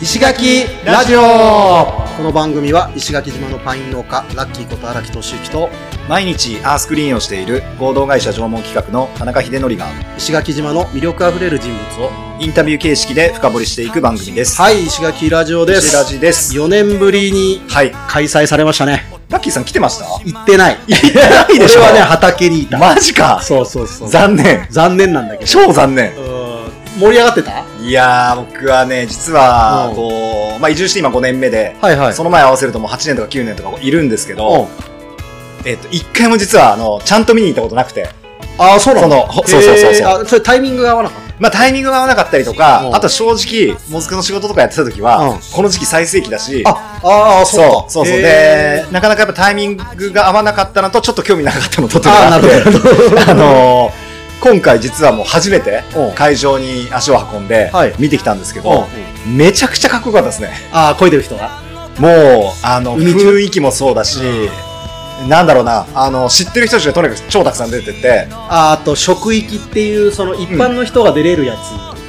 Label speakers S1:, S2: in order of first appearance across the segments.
S1: 石垣ラジオ
S2: この番組は石垣島のパイン農家ラッキーこと荒木俊之と
S1: 毎日アースクリーンをしている合同会社縄文企画の田中秀則が
S2: 石垣島の魅力あふれる人物を
S1: インタビュー形式で深掘りしていく番組です。
S2: はい石垣ラジオで
S1: 石ラ
S2: す
S1: ジです。
S2: 4年ぶりに
S1: はい。
S2: 開催されましたね
S1: ラッキーさん来てました
S2: 行ってない
S1: いない
S2: 俺は
S1: は
S2: ね
S1: ね、
S2: 畑にいた
S1: マジか
S2: そうそうそう
S1: 残念。
S2: 残念なんだけど
S1: 超残念。
S2: うん盛り上がってた
S1: いやー、僕はね、実は
S2: う、ん
S1: こう、まあ、移住して今5年目で、
S2: はいは
S1: その前合わせるともう8年とか9年とかいるんですけ
S2: う
S1: ど
S2: ん、
S1: えっと、1回も実は、あの、ちゃんと見に行ったことなくて、
S2: ああそうなの
S1: そのそうそうそうそう
S2: へーあそれタイミングが合わなかっ
S1: まあ、タイミングが合わなかったりと
S2: う
S1: か、
S2: ん
S1: あと正直、もずくの仕事とかやってた時
S2: う
S1: は
S2: ん、
S1: この時期最盛期だし、
S2: たあああ
S1: そうそうそう
S2: へ
S1: でなかなかやっぱタイミングが合わなかったのとちょっと興味なかったのとっていうの
S2: ああ
S1: が
S2: な
S1: あって
S2: るほど
S1: あのー今回実はもう初めて
S2: うん
S1: 会場に足を運んで
S2: はい
S1: 見てきたんですけど、
S2: うん
S1: めちゃくちゃかっこよかったですね
S2: ああこいでる人が
S1: もうあの
S2: 海中
S1: 雰囲気もそうだし、なんだろうなあの知ってる人たちがとにかく超たくさん出てて
S2: ああと職域っていうその一般の人が出れるや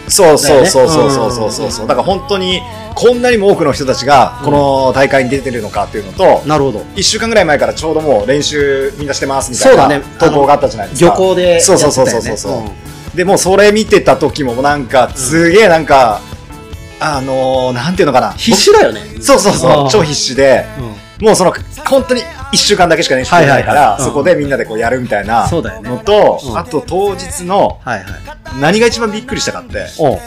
S2: つ、
S1: そうそうそう
S2: だよ
S1: そう
S2: ね
S1: そうそうそうそうだから本当にこんなにも多くの人たちがこの大会に出てるのかっていうのと、
S2: なるほど
S1: 1週間ぐらい前からちょうどもう練習みんなしてますみた
S2: そうだ
S1: いな
S2: ね
S1: 投稿があったじゃないですか
S2: 漁港でやってた
S1: そう
S2: よ、ね、
S1: そうそうそうそう、
S2: ん
S1: でもうそれ見てた時もなんかすげえなんか、あのー、なんていうのかな
S2: 必死だよね、
S1: 僕そうそうそ
S2: あ
S1: う
S2: ー
S1: 超必死で
S2: う
S1: もうその本当に1週間だけしか練習してないから、
S2: はいはいはいうん、
S1: そこでみんなでこうやるみたいなん
S2: そうだよね
S1: のと、
S2: うん
S1: あと当日の
S2: はいはい
S1: 何が一番びっくりしたかって
S2: お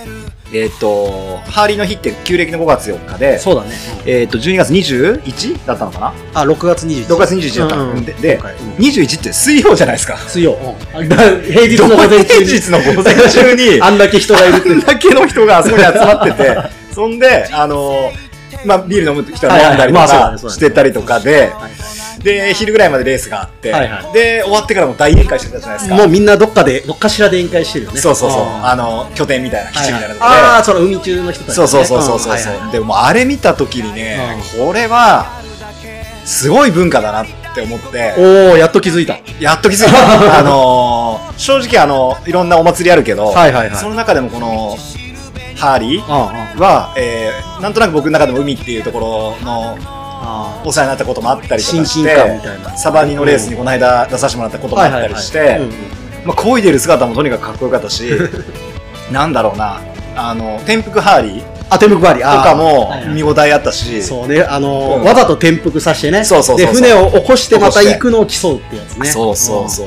S1: えっ、とハーリーの日って旧暦の5月4日で
S2: そうだね、
S1: えっ、と12月 21? だったのかな
S2: あ6月21
S1: 6月21だったの、
S2: うんうん
S1: でで
S2: 今回うん
S1: 21って水曜じゃないですか
S2: 水曜、うんあ平 日
S1: ど
S2: の
S1: こ
S2: 午
S1: で
S2: 前中
S1: 平
S2: に
S1: 日の午前中に
S2: あんだけ人がいるって
S1: あんだけの人があそこに集まっ てて、そんで、あのまあ、ビール飲む人は飲んだりと
S2: はいはいまあそうだ
S1: か
S2: ねそうだね
S1: してたりとかで、
S2: はい
S1: で、昼ぐらいまでレースがあって、
S2: はいは
S1: で、終わってからも大宴会してたじゃないですか。
S2: もうみんなどっかでどっかしらで宴会してるよね
S1: そうそうそう、
S2: ん
S1: あの、拠点みたいな、基地みたいなとこで。
S2: はいはいああその海中の人たち、ね、
S1: そうそうそうそうそう。
S2: んはいはい
S1: でも、あれ見た時にね、これは、すごい文化だなって思って、
S2: おおやっと気づいたは
S1: やっと気づ いた。あのー正直、あの、いろんなお祭りあるけど、
S2: いはい
S1: その中でもこの、ハーリー、
S2: ああ
S1: は、えーなんとなく僕の中でも海っていうところの
S2: あ
S1: お世話になったこともあったりとかし
S2: 親近感み
S1: て
S2: たいな
S1: サバニのレースにこの間出させてもらったこともあったりして
S2: うんうん
S1: まあ漕いでる姿もとにかくかっこよかっ たしなんだろうなあの転覆ハーリーと
S2: あ手向くわりあー
S1: かも
S2: はいはい
S1: 見応えあったし、
S2: そうね、あのー
S1: うん
S2: わざと転覆させてね、
S1: そうそうそうそう
S2: で船を起こしてまた行くのを競うってやつね。
S1: そうそうそう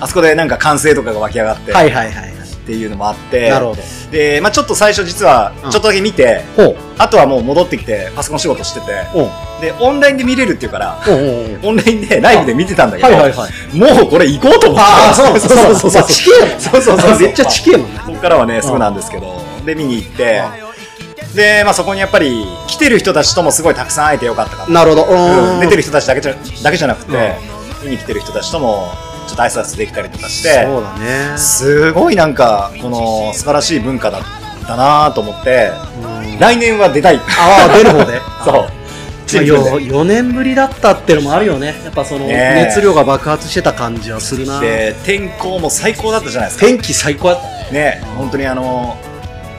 S1: あそこでなんか歓声とかが湧き上がって
S2: んはいはいはい。
S1: っていうのもあって、
S2: なるほど。
S1: で、まあ、ちょっと最初実は
S2: うん
S1: ちょっとだけ見て、
S2: ほう、
S1: あとはもう戻ってきてパソコン仕事してて
S2: おう、
S1: でオンラインで見れるっていうから
S2: おうおう おう。
S1: オンラインでライブで見てたんだけど、
S2: はいはいはい。
S1: もうこれ行こうと思って。
S2: ああ、そうそうそうそう。まあ地形やもんね
S1: そうそうそうそう
S2: めっちゃ地形やもんね。
S1: ここからはね、すぐなんですけど、で、見に行って、で、まあそこにやっぱり、来てる人たちともすごいたくさん会えてよかったかな。
S2: なるほど。
S1: うん出て
S2: る
S1: る人たちだけじゃだけじゃなくて、見に来てる人たちとも、ちょっと挨拶できたりとかして、
S2: そうだね。
S1: すごいなんか、この素晴らしい文化だだなと思って、
S2: うん
S1: 来年は出たい。
S2: ああ、出る方で。
S1: そう。チーム
S2: まあよ
S1: で。
S2: 4年ぶりだったってのもあるよね。やっぱその、
S1: ねえ
S2: 熱量が爆発してた感じはするな。
S1: で、天候も最高だったじゃないですか。
S2: 天気最高やったね。
S1: ね、本当にあの、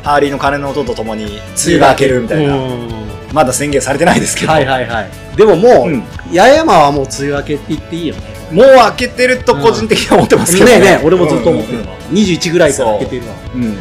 S1: ハーリーの鐘の音とともに、梅雨が明けるみたいな。
S2: うん
S1: まだ宣言されてないですけど、
S2: はいはいはい。でももう、
S1: うん
S2: 八重山はもう梅雨明けって言っていいよね。
S1: もう開けてると個人的には思ってますけど
S2: ね
S1: ね。
S2: えねえ、俺もずっと思ってる
S1: わ
S2: わ。21ぐらいから開けてるわ。
S1: うんうんうん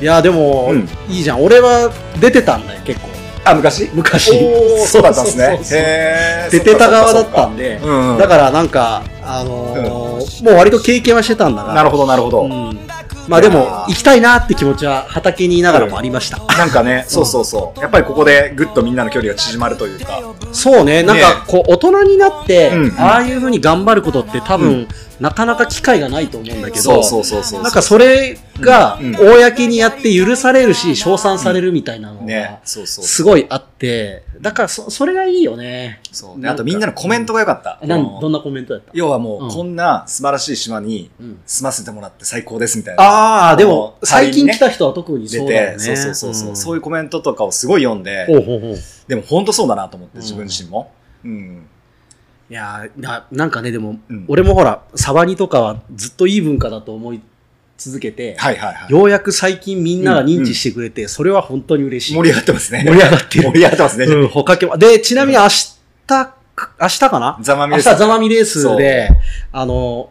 S2: いや、でも、
S1: うん
S2: いいじゃん。俺は出てたんだよ、結構。
S1: あ、昔
S2: 昔。
S1: おーそうだったんです
S2: そうそうそう
S1: ね。へー
S2: 出てた側だったんで、
S1: そっかそっかうんうん
S2: だからなんか、あのーもう割と経験はしてたんだが。
S1: なるほど、なるほど。
S2: うんまあでも、行きたいなって気持ちは畑にいながらもありました。
S1: なんかね、そうそうそう。やっぱりここでぐっとみんなの距離が縮まるというか。
S2: そうね、なん
S1: ね
S2: かこう、大人になって、
S1: うんうん
S2: ああいうふうに頑張ることって多分、
S1: うん
S2: なかなか機会がないと思うんだけど、
S1: そうそうそうそう。
S2: なんかそれが
S1: うん、
S2: 公にやって許されるし、称賛されるみたいなの
S1: ね
S2: が、、
S1: そうそう
S2: すごいあって、だからそ、それがいいよね。
S1: そう。であとみんなのコメントが良かった。
S2: な
S1: あの
S2: ん、どんなコメントだった
S1: 要はもう、
S2: うん
S1: こんな素晴らしい島に
S2: うん
S1: 住ませてもらって最高ですみたいな。
S2: ああ、でも
S1: こ、う
S2: 最近
S1: 代わりにね
S2: 来た人は特に
S1: 出
S2: そうだよ
S1: て、
S2: ね。
S1: そうそうそうそう、そういううコメントとかをすごい読んで、
S2: ん。ほうほうほう。
S1: でも本当そうだなと思って、
S2: うん
S1: 自分自身も。うん。
S2: いやーな、なんかね、でも、
S1: うん
S2: 俺もほら、サバニとかはずっといい文化だと思い続けて、
S1: はいはいはい。
S2: ようやく最近みんなが認知してくれて、それは本当に嬉しい。
S1: 盛り上がってますね。
S2: 盛り上がってる
S1: 盛り上がってますね。
S2: うん、ほかけも。で、ちなみに明日か、明日かな
S1: ざまみ
S2: 明
S1: で
S2: 日
S1: す。
S2: ザマミレースで、あの、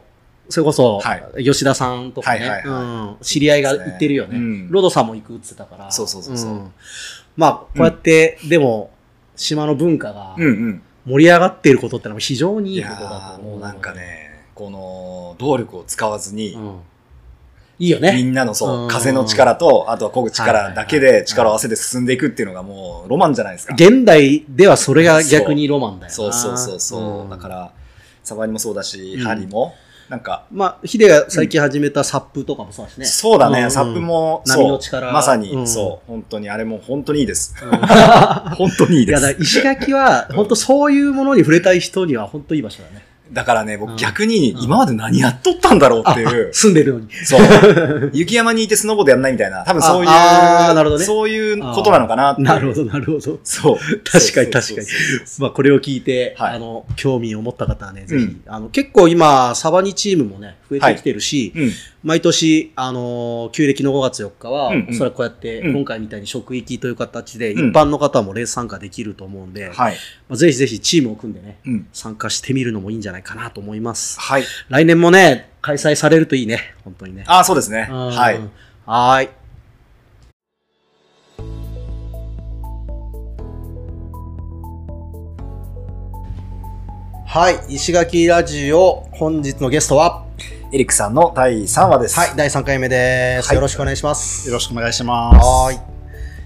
S2: それこそ
S1: は、
S2: 吉田さんとかね、
S1: はいはい
S2: うん、知り合いが行ってるよね。
S1: うん
S2: ロドさんも行くって言ってたから。
S1: そうそうそうそうん
S2: まあ、こうやって、でも、島の文化が
S1: うんうん。
S2: 盛り上がっていることってのは非常にい
S1: い
S2: い
S1: や
S2: ことだ
S1: ー
S2: と思
S1: も
S2: う。
S1: うなんか、ね、この、動力を使わずに
S2: う、ん。いいよ
S1: み
S2: ね。
S1: んなのそうう、
S2: ん
S1: 風の力と、あとはこぐ
S2: はいは
S1: 力
S2: いはい
S1: だけで力を合わせて進んでいくっていうのがもう、ロマンじゃないですか。
S2: 現代ではそれが逆にロマンだよな。
S1: そうそうそうそう。
S2: ん
S1: だか。ら、サバニもそうだし、
S2: うん
S1: ハリも、なんか、
S2: まあ、ヒデが最近始めたサップとかもそうだしね。
S1: そうだ
S2: ん
S1: ね、
S2: ん
S1: サップも、
S2: 波
S1: そ
S2: の
S1: う
S2: 力
S1: まさ
S2: うん
S1: に、そう、本当に、あれも本 当にいい です。
S2: うん
S1: 本当にいい
S2: い
S1: で
S2: や、だ
S1: す
S2: から。石垣は、本当そういうものに触れたい人には、本当いい場所だね。
S1: だからね、
S2: う
S1: 僕
S2: ん
S1: 逆に
S2: うん
S1: 今まで何やっとったんだろうっていう。
S2: 住んでるのに。
S1: そう。雪山にいてスノボでやんないみたいな。多分そういう、
S2: ああーなるほどね
S1: そういうことなの かなっていう
S2: なるほど、なるほど。
S1: そう。
S2: 確かに確かにまあ、これを聞いて、
S1: はい
S2: あの、興味を持った方はね、ぜひ、
S1: うん
S2: あの、結構今、サバニチームもね、増えてきてるし、
S1: に。うん。
S2: 毎年、あのー旧暦の5月4日は、
S1: うんうん
S2: おそらくこうやって、
S1: うん
S2: 今回みたいに職域という形で、
S1: うん
S2: 一般の方もレース参加できると思うんで、ま
S1: はい。
S2: あ、ぜひぜひチームを組んでね、
S1: うん。
S2: 参加してみるのもいいんじゃないかなと思います。
S1: はい。
S2: 来年もね、開催されるといいね、本当にね。
S1: ああ、そうですね。
S2: うん
S1: はい。。
S2: はーい。はい。石垣ラジオ、本日のゲストは、
S1: エリックさんの第3話です。
S2: はい、第3回目です。
S1: はい
S2: よろしくお願いします。
S3: よろしくお願いします。
S2: はーい。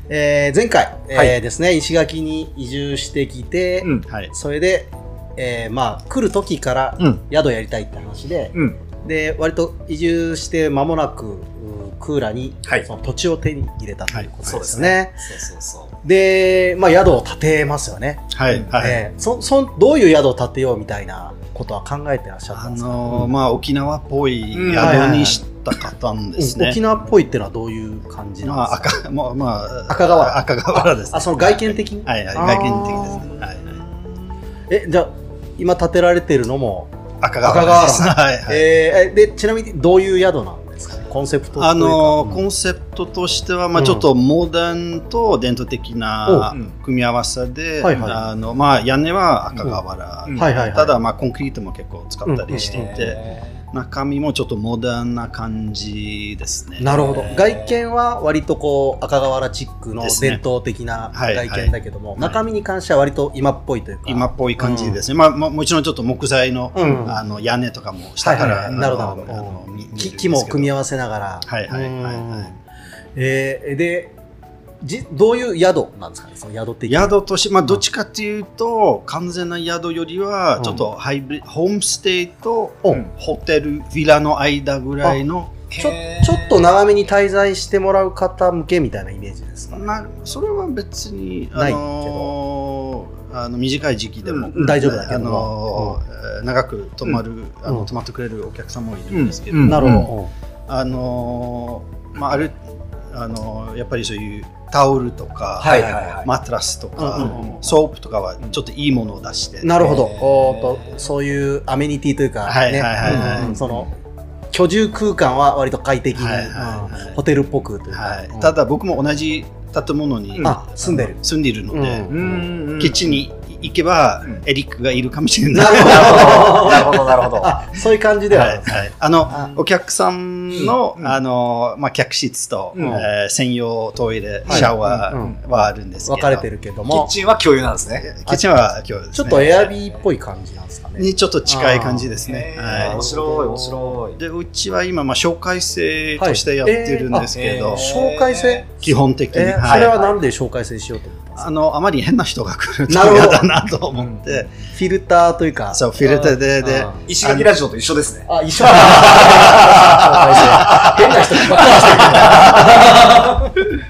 S2: えー、前回、えー
S1: はい
S2: ですね、石垣に移住してきて、
S1: うん。
S3: はい。
S2: それで、えー、まあ、来る時から
S1: うん。
S2: 宿やりたいって話で、
S1: うん。
S2: で割と移住して間もなくうークーラに、
S1: はい
S2: その土地を手に入れたということ
S1: そ
S2: で
S1: うですす
S2: ね。
S1: ね。そうそうそう。
S2: でまあ、宿を建てますよね。
S3: はい。はい。
S2: えーそそんどういう宿を建てようみたいなことは考えてらっしゃった
S3: あ
S2: んですか、
S3: のーまあ、沖縄っぽい宿
S1: うん
S3: にしたかったん
S2: うん
S3: ですね。
S2: 沖縄っぽいっていうのはどういう感じ
S3: ま
S2: なん
S3: あ、
S2: ですか、
S3: 赤、まあ、まあ、
S2: 赤瓦
S3: 赤瓦です、
S2: あその外見的に
S3: はい、はい、
S2: あー
S3: 外見的ですね。はい、はい。
S2: えじゃあ今建てられてるのも、
S3: 赤瓦です。
S2: 赤
S3: はい、はい。
S2: えーえでちなみにどういう宿なんですかねコンセプトというか
S3: あのーコ
S2: うん
S3: ンセプトとしては、まあ、ちょっとモダンと伝統的な
S1: おうん
S3: 組み合わせで、
S2: はいはい
S3: あのまあ、屋根は赤瓦、
S1: うん
S2: はいはいはい
S3: ただ、まあ、コンクリートも結構使ったりしていて、
S1: え
S3: 中身もちょっとモダンな感じですね。
S2: なるほど
S1: えー
S2: 外見は割とこう赤瓦チックの
S3: ですね
S2: 伝統的な
S3: はい
S2: 外見だけども、中身に関しては割と今っぽいというか
S3: 今っぽい感じですね、まあ、まあもちろんちょっと木材の,、
S2: うん
S3: あの屋根とかも下から、
S2: はいはい
S3: あの
S2: なるほど
S3: あの見見えるんです
S2: 木
S3: けど
S2: 木も組み合わせながら
S3: はいはいはいはい
S2: うんえーでじどういう宿なんですかねその宿的な
S3: 宿として、まあ、どっちかというと、完全な宿よりは
S2: うん
S3: ちょっとハイブリホームステイと
S2: お
S1: うん
S3: ホテル、ヴィラの間ぐらいの
S1: ー
S2: ちょちょっと長めに滞在してもらう方向けみたいなイメージですかね
S3: なそれは別に、
S2: ないけ
S3: のーあの短い時期でも、
S2: うん大丈夫だけど
S3: あのー長く泊まる、あ
S2: うん
S3: の泊まってくれるお客さんもいるんですけど、
S1: うんうん
S2: なるほ
S3: あのーまああるあのーやっぱりそういうタオルとか、
S2: はいはいはい
S3: マトラスとか、
S2: うんうんうん
S3: ソープとかはちょっといいものを出して、
S2: どなるほど
S1: えー
S2: おーっとそういうアメニティというか
S3: はい
S2: ね
S3: はいはいはい
S2: うんうんその居住空間は割と快適に
S3: はいはいはい
S2: うんホテルっぽくというか
S3: は
S2: う
S3: い、
S2: ん
S3: ただ僕も同じ建物に、
S1: うん
S2: あ住んでる
S3: 住んでいるので、
S2: うん
S1: うんうん
S3: キッチンに行けば、
S1: うん
S3: エリックがいるかもし れない。
S2: なるほど
S1: なるほど、なるほど。
S2: あそういう感じでは、
S3: はいはい、あの
S2: あ
S3: お客さんの,、
S1: うん
S3: あのまあ、客室と、
S1: うん
S3: えー専用トイレ、
S2: はい
S3: シャワ
S2: うん
S3: ーはあるんですけど、
S2: 分かれてるけど
S1: キッ
S2: も
S1: チンは共有なんですね。
S3: キッチンは今日ですね
S2: ちょっとエアビーっぽい感じなんですかね
S3: にちょっと近い感じですね。
S1: へー
S3: は
S1: 面白い、面白
S3: い、でうちは今、まあ、紹介制としてやってるんですけど、
S1: はいえー
S2: 紹介制
S3: 基本的に、
S2: えー
S3: は
S2: そ
S3: い
S2: れはなんで紹介制しようと思ったんですか
S3: あのあまり変な人が来ると
S2: なるほど
S3: 嫌だなと思って、
S2: フィルターというか
S3: そうフィルターでで
S2: あ
S1: い。石垣ラジオと一緒ですね。
S2: あ一緒だ紹介制変な人ばっかりしてる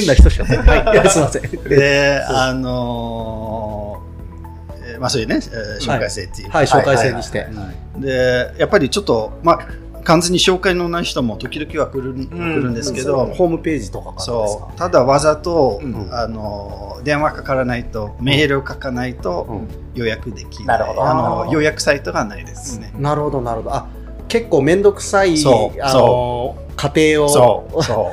S2: 変な人しか はいいやすいません
S3: であのーえーまあ、そういうね、えー紹介制っていう、
S2: はい紹介制にして、
S3: でやっぱりちょっと、まあ、完全に紹介のない人も時々は来る,、来るんですけど、
S2: ホームページとかからですか
S3: そうただわざと、
S1: うん
S3: あの電話かからないとメールを書かないと
S2: うん
S3: 予約でき
S1: な
S3: ない、
S1: るほど
S3: あの予約サイトがないですね、
S2: なるほどなるほどあ結構面倒くさい、
S3: そう
S2: あの、過程
S3: そ
S2: を
S3: う、そ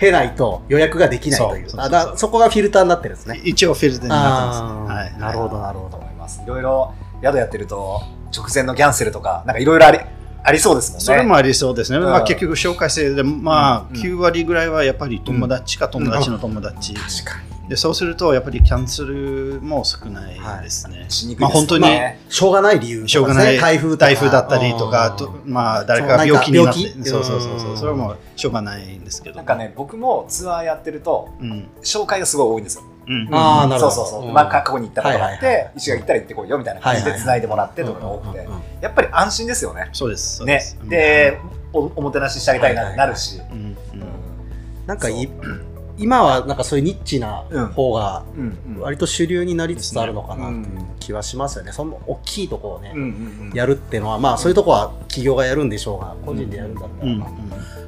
S2: 経ないと予約ができないという。
S3: そうそうそう
S2: あだそこがフィルターになってるんです
S3: う
S2: ね。。
S3: 一応フィルターになってますね。
S2: あーなるほど、なるほど。
S1: 思いますいろいろ宿やってると直前のキャンセルとかなんかいろいろありありそうですもんね
S3: それもありそうですね、
S1: うん
S3: まあ、結局、紹介制で、ま
S1: う
S3: あ、
S1: んうん
S3: 9割ぐらいはやっぱり友達か友達の友達、
S1: 確かに
S3: でそうすると、やっぱりキャンセルも少ないですね、
S1: しにくいですね
S3: まあ、本当に
S1: まあ
S2: しょうがない理由とかです
S3: しょうがない
S2: 台風とか
S3: 台風だったりとか、と
S2: うん
S3: まあ、誰かが病気になって
S2: そうなん、か
S3: そうそう
S2: 病
S3: そ
S2: 気
S3: うそうう、
S2: ん
S3: それはもうしょうがないんですけど、
S1: なんかね僕もツアーやってると
S3: うん、
S1: 紹介がすごい多いんですよ
S3: うん、
S2: あーなるほど
S1: そうそうそう、
S2: うん
S1: まあ、過去に行ったことがあっ
S2: はいはい
S1: て石垣行ったら行ってこいよみたいな感じで
S2: はいはい
S1: 繋いでもらってとかが多くてやっぱり安心ですよね
S3: そうです、そう
S1: ね
S3: す、
S1: でおおもてなししてあげたいなってなるし
S3: うんうん
S2: なんかい
S1: そ
S2: 今はなんかそういうニッチな方が
S1: うんうん
S2: 割と主流になりつつあるのかなって
S1: う
S2: い
S1: ん
S2: う気はしますよね。その大きいところをね、
S1: うんうんうん
S2: やるっていうのは、まあそういうとこは企業がやるんでしょうが、個人でやるんだった
S3: う
S2: ら、
S3: ん
S2: まあ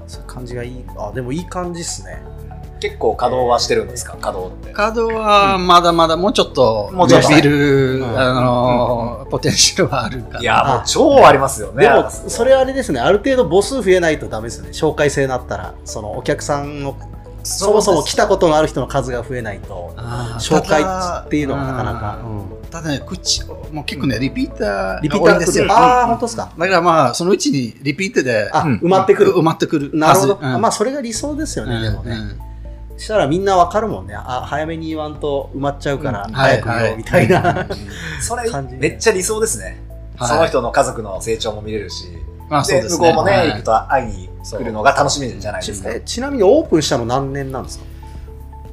S2: そういう感じがいい。あ、でもいい感じっすね。
S1: 結構稼働はしてるんですか稼働って
S3: カードはまだまだもうちょっと
S1: もうちょっと
S3: 伸びる、
S2: うん
S3: あのーポテンシャルはあるか
S1: い
S3: ら。
S1: やもう超ありますよね
S2: でも、それはあれですね、ある程度母数増えないとダメですよね。紹介制になったら、そのお客さんの、そもそも来たことのある人の数が増えないと、
S3: あー
S2: 紹介っていうのはなかなか。
S3: う
S2: うんん
S3: ただね、口、もう結構ね、リピーター
S2: リピ
S3: が
S2: ータ
S3: 多い
S2: ーが
S3: んで
S2: 来
S3: すよ。
S2: る。ああ、本当ですか。
S3: うんだからまあ、そのうちにリピートで
S2: あ、
S1: うん
S2: 埋まってくる。
S3: 埋まってくるはず。
S2: なるほど。
S3: うん
S2: あまあ、それが理想ですよね、でも
S3: う
S2: ね。
S3: ん
S2: したらみんなわかるもんね。あ、早めに言わんと埋まっちゃうから
S1: う、ん
S2: 早く言おうみたい
S3: はは
S2: な
S3: う。ん
S1: それ
S2: 感じ
S1: めっちゃ理想ですね、
S3: はい
S1: その人の家族の成長も見れるし
S3: まあ、そう
S1: で
S3: です
S1: 向
S3: ね。
S1: こうもね、
S3: はい
S1: 行くと会いに来るのが楽しみじゃないですか
S2: えちなみにオープンしたの何年なんですか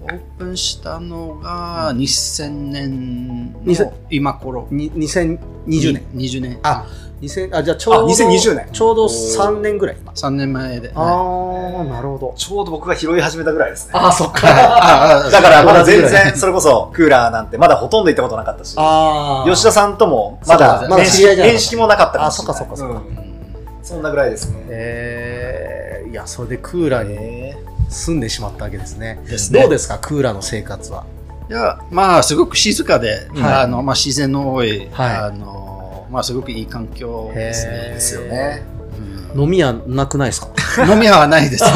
S3: オープンしたのが2000年
S2: 2000
S3: の今頃。
S2: に ?2020 年。
S3: 20年。
S2: あ、2000あじゃあちょうど
S1: あ2020年
S2: ちょうど3年ぐらい今
S3: 3年前で。
S2: あ
S3: はい
S2: あなるほど
S1: ちょうど僕が拾い始めたぐらいですね
S2: あそっか
S3: ああ
S1: だからまだ全
S3: 同じぐらい
S1: 然それこそクーラーなんてまだほとんど行ったことなかったし
S2: あ
S1: 吉田
S2: さ
S1: さんともまだ
S2: そうまだ
S1: 面
S2: 知り合い
S1: 識
S2: じゃなかった
S1: 面識もなかったもし
S2: あそ
S1: れない
S2: っかそっかそっか
S1: うんそんなぐらいですね
S2: えー、いやそれでクーラーに
S1: え
S2: 住んでしまったわけですね
S3: ですね
S2: どうですかクーラーの生活はい
S3: やまあすごく静かで、
S1: はい
S3: あのまあ、自然の多い、
S2: はい
S3: あのまあ、すごくいい環境です
S2: へー
S3: ね。
S1: ですよね
S3: うん
S2: 飲み屋なくないですか
S3: 飲み屋はないですね。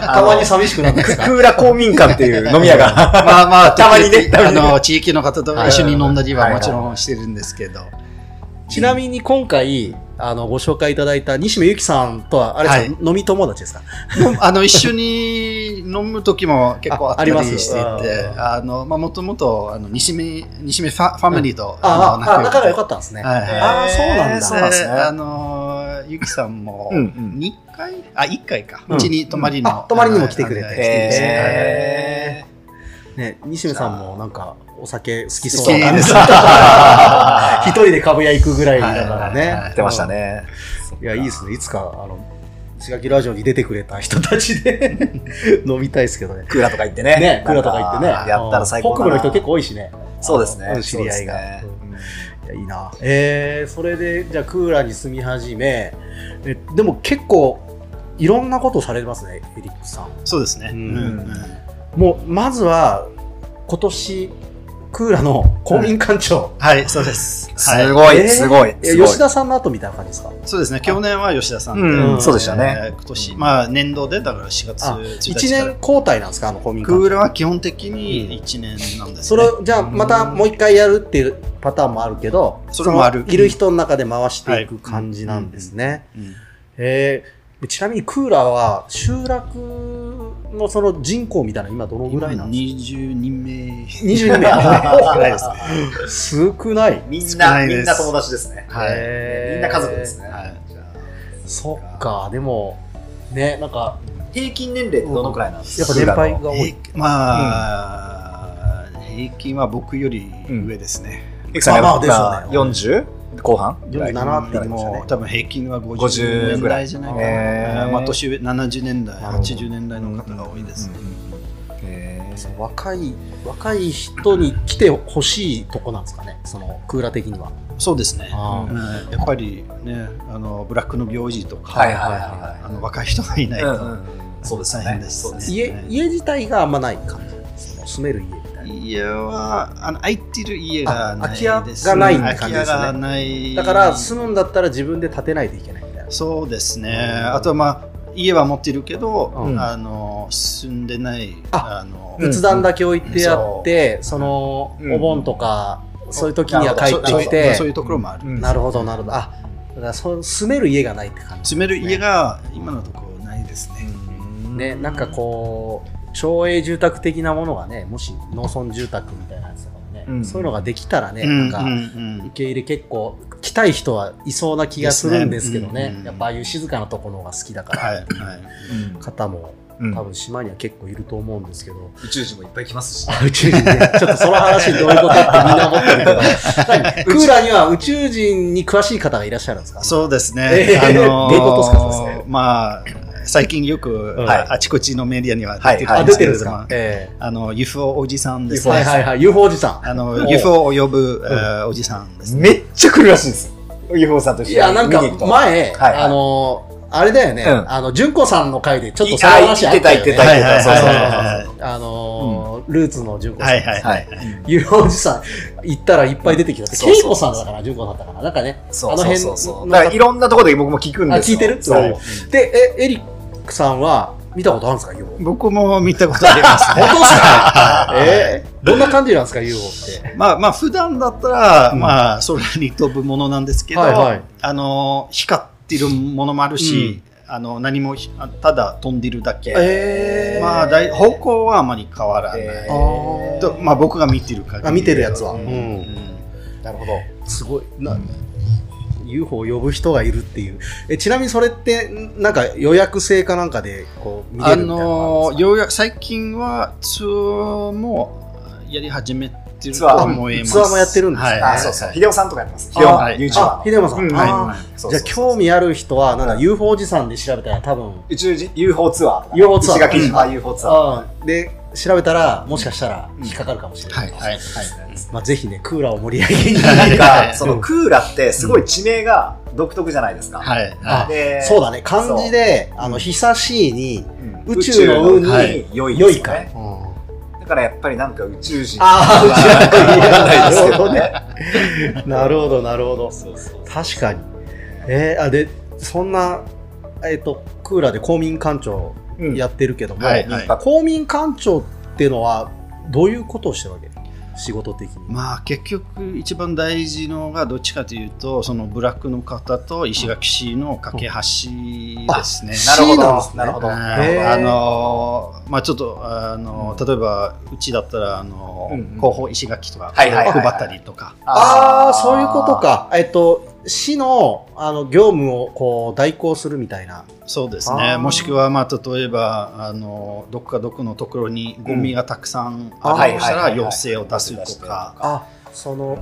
S1: た
S2: 寂しくなるんで
S1: クーラー公民館っていう飲み屋が
S3: まあまあ、
S1: たまにね
S3: 時々あの地域の方と一緒に飲んだり
S1: は
S3: はいもちろんしてるんですけど、
S2: ちなみに今回あのご紹介いただいた西目由紀さんとはあれですか、飲み友達ですか
S3: もうあの一緒に飲む時も結構あ
S2: あ
S3: った
S2: あり
S3: り
S2: ます
S3: していて、あのまあもともとあの西目西目ファファミリーと、
S2: あ
S3: の
S2: ああ仲が良かったんですね、
S3: はいはい
S2: あーそうなんだ
S1: そうなんです
S3: で
S1: ね
S3: あのゆきさんも
S1: うんうん
S3: 2回、あ1回か
S1: うん
S3: うちに泊まり
S2: うん
S3: の、
S2: あ泊まりにも来てくれて
S3: あの
S1: えー
S2: ね、西目さんもなんかお酒好き
S3: 好
S2: そう
S3: き
S2: な感
S3: で
S2: じ
S3: す
S2: 一人で株屋行くぐらいだから
S3: はいはいは
S2: ね
S3: い。
S1: ってました。ね。
S2: いや、いいですね。いつか、あの、石垣ラジオに出てくれた人たちで 飲みたいですけどね。
S1: クーラーとか行ってね。
S2: ね、クーラとか行ってね。
S1: やったら最高
S2: 北
S1: だ
S2: 部
S1: な
S2: の人結構多いしね。
S1: そうですね
S2: う。ん知り合いが
S1: そうですね
S2: いや、いいな。えー、それで、じゃあクーラーに住み始め、えでも結構、いろんなことされますね、エリックさん。
S3: そうですね。
S2: う
S3: うんんうん
S2: もう、まずは、今年、クーラーの公民館長、
S3: はい、そうです。は
S1: す
S3: い、
S1: ご
S2: えー
S1: い、すごい。
S2: え
S1: すごい
S2: 吉田さんの後みたいな感じですか
S3: そうですね。去年は吉田さんで、
S1: うん
S2: そうで
S1: したね
S3: えー今年、まあ年度でだから4月
S2: あ
S3: 1日
S2: 一
S3: から
S2: 年交代なんですかあの公民
S3: クー
S2: 館
S3: ルは基本的に1年なんです、ね
S2: それをじゃあまたもう一回やるっていうパターンもあるけど
S3: それもある
S2: のいる人の中で回していく感じなんですね、
S3: うん
S2: えーちなみにクーラーは集落のその人口みたいな今どのぐ
S3: 今
S2: らいなんですか
S3: 22名。
S2: 22
S3: 少ない
S2: 名
S3: ですね。
S2: 少ない
S1: みん
S3: 少
S1: な、
S3: ない
S1: み
S3: です
S1: んな友達ですね。
S3: はい。
S2: えー
S1: みんな家族ですね
S3: はい。
S1: じゃあ
S2: そっかでもねなんか
S1: 平均年齢ってどのくらいなんです
S2: やっぱ
S1: か
S2: 年配
S1: クー
S2: が
S1: ラーの
S2: 多い
S3: 平均まあ、平均は僕より上ですね。
S1: エクさん
S2: まあまあ
S1: が
S2: ですよ
S1: 40後半ぐらい
S2: 47って言ってました
S3: も
S2: ね
S3: う多分平均は
S1: 50
S3: 50年代じゃないかな。
S1: へー
S3: まあ年上70年代、
S2: なるほど
S3: 80年代の方が多いですね。
S1: へー
S2: 若い若い人に来てほしいとこなんですかねそのクーラー的には
S3: そうですね。
S2: あー
S3: うんやっぱりね、あのブラックの行事とか、
S1: はいはいはい
S3: あの若い人がいないと、
S1: うんうんそうです
S3: 大
S1: ね
S3: 変。です
S1: そうですね。
S2: 家
S3: はい
S2: 家自体があんまない感じその住める家みたいな
S3: 家はあの空いてる家
S2: あ
S3: がないです、
S2: 空き家がないって感じですね
S3: 空き家がない
S2: だから住むんだったら自分で建てないといけないみたいな
S3: そうですね、あとはまあ家は持ってるけど、
S2: うん
S3: あの住んでない
S2: あ
S3: の
S2: 仏壇だけ置いてあって、その
S1: うん
S2: お盆とか、そういう時には帰って
S3: そう
S2: き
S3: そうそうそう
S2: て、
S3: いうところもある、
S1: うん
S2: なるほどなるほどあだからそう住める家がないって感じ
S3: 住める家が今のところないですね、
S2: ねなんかこう町営住宅的なものがねもし農村住宅みたいなやつとかもね、
S1: うん
S2: そういうのができたらね、
S3: うん
S2: な
S3: う
S2: か
S3: んんうん
S2: 受け入れ結構来たい人はいそうな気がするんですけど
S3: で
S2: ね
S3: すねうん
S2: やっぱああいう静かなところが好きだから、
S3: はいはい
S2: 方も
S1: うん
S2: 多分島には結構いると思うんですけど、
S1: 宇宙人もいっぱい来ますし。
S2: あ宇宙人ね。ちょっとその話どういうことってみんな思ってるけど。 何クーラーには宇宙人に詳しい方がいらっしゃるんですか
S3: そうですね、
S2: えー
S3: あ
S2: ど
S3: のー
S2: ういうことですかそれ
S3: まあ最近よく、
S2: うん
S3: ああちこちのメディアには出て
S1: は
S3: る
S2: あ、出
S3: んです
S2: て
S3: け
S2: るんで
S3: れ
S2: す
S3: ども、
S2: かえ
S3: あの UFO おじさん
S2: え
S3: です
S2: は
S3: ね
S2: いはいはい。UFO おじさ
S3: あ
S2: お
S3: の
S2: う
S3: UFO を呼ぶ、えーおじさんですね
S1: めっちゃ来るらしいんですよ。UFO さんと
S2: ん。
S1: し
S2: い
S1: て。
S2: や、なんか
S1: 見に行くと
S2: 前、
S1: はいはい
S2: あの、あれだよね。
S1: うん
S2: あの、純子さんの回でちょっとその
S1: あ
S2: 話
S1: 言
S2: あ
S1: っ
S2: った
S1: て
S2: よ、ね。
S1: た言ってた
S3: はい
S1: 言
S3: はい
S1: って
S3: はいはい
S1: た。
S3: はい
S2: あのールーツの純子さん。
S3: はいはい
S1: そうそうそうはい。
S2: UFO おじさん行ったらいっぱい出てきた。
S1: そうそう
S2: 恵子さんだから、純子さんだから。なんかね、
S1: そうそうそう
S2: あ
S1: そ
S2: の辺
S1: う。
S2: の
S1: だからいろんなところで僕も聞くんです
S2: あ聞い
S1: よ。
S2: てる
S1: そ
S2: そう
S1: う。
S2: で、え、エリックさんは見たことあるんですか ?UFO。
S3: 僕も見たことあ りますね
S2: 本当ですかえーどんな感じなんですか ?UFO って。
S3: まあまあ普段だったら、
S2: うん
S3: まあ空に飛ぶものなんですけど、
S2: はいはい
S3: あの光ってるものもあるし、あの何もひあただ飛んでるだけ、
S2: え
S3: まあだい方向はあまり変わらない、
S1: え
S2: ー
S3: とまあ僕が見てる限り
S2: あ見てるやつは、
S1: う
S3: うんん
S2: なるほどすごいな UFO を呼ぶ人がいるっていうえちなみにそれってんなんか予約制かなんかでこう見れ
S3: あ
S2: るみたいな
S3: の
S2: の
S3: ようやく最近はツアーもやり始めてる
S1: ツ
S3: と
S1: アー
S3: 思います。
S2: ツアーもやってるんですね
S3: はい
S1: あ、そうそう。秀夫さんとかやってます。秀夫
S3: あはい
S1: YouTuber
S2: あ
S1: の。
S2: 秀山さん、
S1: うん
S2: あー
S3: はい
S1: そう
S2: じ
S1: そう
S2: ゃあ興味ある人はなんか UFO おじさんで調べたら多分
S1: 宇宙人 UFO ツアーとか。
S2: UFO ツアー
S1: 石垣島 UFO ツアー。
S2: あーで調べたらもしかしたら引っかかるかもしれない、
S3: はいはい
S2: まあ、ぜひねクーラーを盛り上げに
S1: なん
S3: は
S1: か、
S3: い
S1: そのクーラってすごい地名が独特じゃないですか。
S3: はい
S2: あ
S3: は
S1: で
S2: そうだね漢字で「あの久しい」に
S1: うん
S2: 宇宙の運に
S1: はい
S2: 「
S1: 良い
S2: 良
S1: です
S2: い
S1: よ
S2: かい」
S1: ね。だからやっぱりなんか宇宙人。
S2: ああ、
S1: わ
S2: うち
S1: かんないですけ
S2: は
S1: ど
S2: ね
S1: ね。
S2: なるほど、なるほど。
S1: そうそう
S2: 確かに。えー、あ、で、そんな、えっ、と、クーラーで公民館長
S1: うん
S2: やってるけども、
S3: い。はいはい
S1: やっぱ
S2: 公民館長ってのは、どういうことをしてるわけ仕事的に。
S3: まあ結局一番大事のがどっちかというとそのブラックの方と石垣市の架け橋ですね。
S1: なるほ
S2: C なんですね
S1: ど。なるほど。
S2: へー
S3: あのまあちょっとあの例えばうちだったらあの
S1: うんうん
S3: 広報石垣とか
S1: はいはいはいはい
S3: 配ったりとか
S2: ああー、そういうこと。か。えっ、と、市のあの業務をこう代行するみたいな。
S3: そうです
S1: あー
S3: ね。もしくは、まあ、例えば、あの、どっかどこのところにゴミがたくさんあるとした
S1: あは
S3: ら、
S1: いはいはい
S3: 要請を出すとか、
S2: あ、その、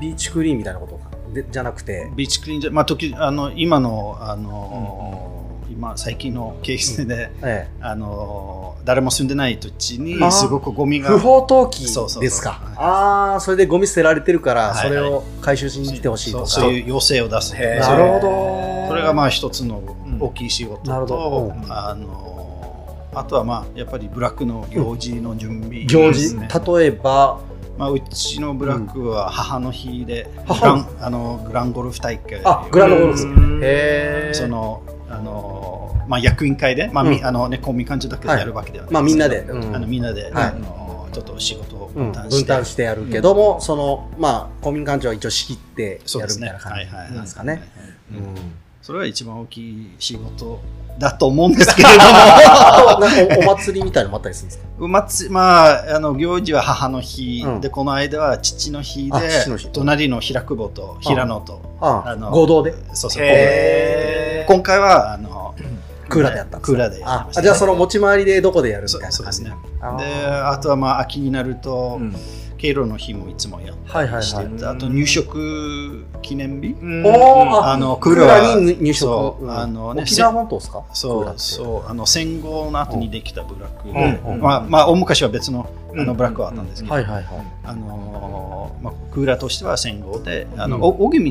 S2: ビーチクリーンみたいなことかでじゃなくて、
S3: ビーチクリーンじゃ、まあ、時、あの、今の、あの、今、最近のケースで、
S2: え
S3: あの、誰も住んでない土
S2: あ
S3: 地
S2: ー
S3: に、すごくゴミ
S2: え、
S3: が
S2: 不。法投棄
S3: そうそうそう
S2: ですか。
S3: はい
S2: ああ、それでゴミ捨てられてるから、
S3: はいはい
S2: それを回収しに来てほしいと
S3: そう
S2: か。
S3: そういう要請を出す。
S1: へー
S2: なるほど。
S3: それがま
S2: あ、
S3: あ一つの大きい仕事
S2: なるほ
S3: と、
S2: ど
S3: あのあとはまあやっぱりブラックの行事の準備、
S2: 行
S3: で
S2: 事、
S3: すね
S2: 例えば、
S3: まあ、うちのブラックは母の日で、
S2: うん
S3: グランあのグランゴルフ大会
S2: あグランドゴルフ
S1: うん
S2: へえ。
S3: そ、のあの、まあ、役員会で、まあみ
S2: うん
S3: あのね、公民館長だけで
S2: はい
S3: やるわけではない
S2: まあみんなで、
S3: すけ
S2: う
S3: ど
S2: ん
S3: あのみんなで、
S2: はい
S3: あのちょっと仕事を
S2: う
S3: 分
S2: ん
S3: 担して,、
S2: 分担してやるけども、その、まあ、公民館長は一応仕切って
S3: そう
S2: やる
S3: です
S2: み
S3: ね
S2: たいな感じなんですかね。
S3: うん
S2: うん
S3: それは一番大きい仕事だと思うんですけれど
S2: あと、なんかおお祭りみたいなのもあったりするんですか
S3: もまつ、まあ、あの行事は母の日、
S2: うん
S3: でこの間は父の日で
S2: あ父の日
S3: 隣の平久保と平野と
S2: あ
S3: あの
S2: 合同で、
S3: そうそう
S1: へー
S3: 今回はあの
S2: クーラーでやったんです
S3: クー
S2: か
S3: ラーでやり
S2: あ
S3: ました
S2: あ
S3: ね
S2: じゃあその持ち回りでどこでやるみ
S3: そ
S2: たいうな感じ
S3: そうですね。
S2: あ
S3: で
S2: ー
S3: あとはまあ秋になると、
S1: うん
S3: 敬老の日もいつもやっ
S2: はいはい
S3: たりしてて、
S2: はい。
S3: あと入職記念日、
S1: うん
S2: おー
S3: あの
S2: クーラーに入
S3: そ
S2: 職。
S3: う
S2: うん
S3: あのね
S2: 沖縄本島ですかクー
S3: そ
S2: ラーっ
S3: う
S2: て
S3: そうあの戦後の後にできたブラックで、
S2: うんうん
S3: まあ、まあ大昔は別のあ
S1: う
S3: の
S1: ん
S3: ブラックはあったんですけど、
S2: はいはいはい。
S3: あのーまあ、クーラーとしては戦後であの、
S2: うん
S3: お小木村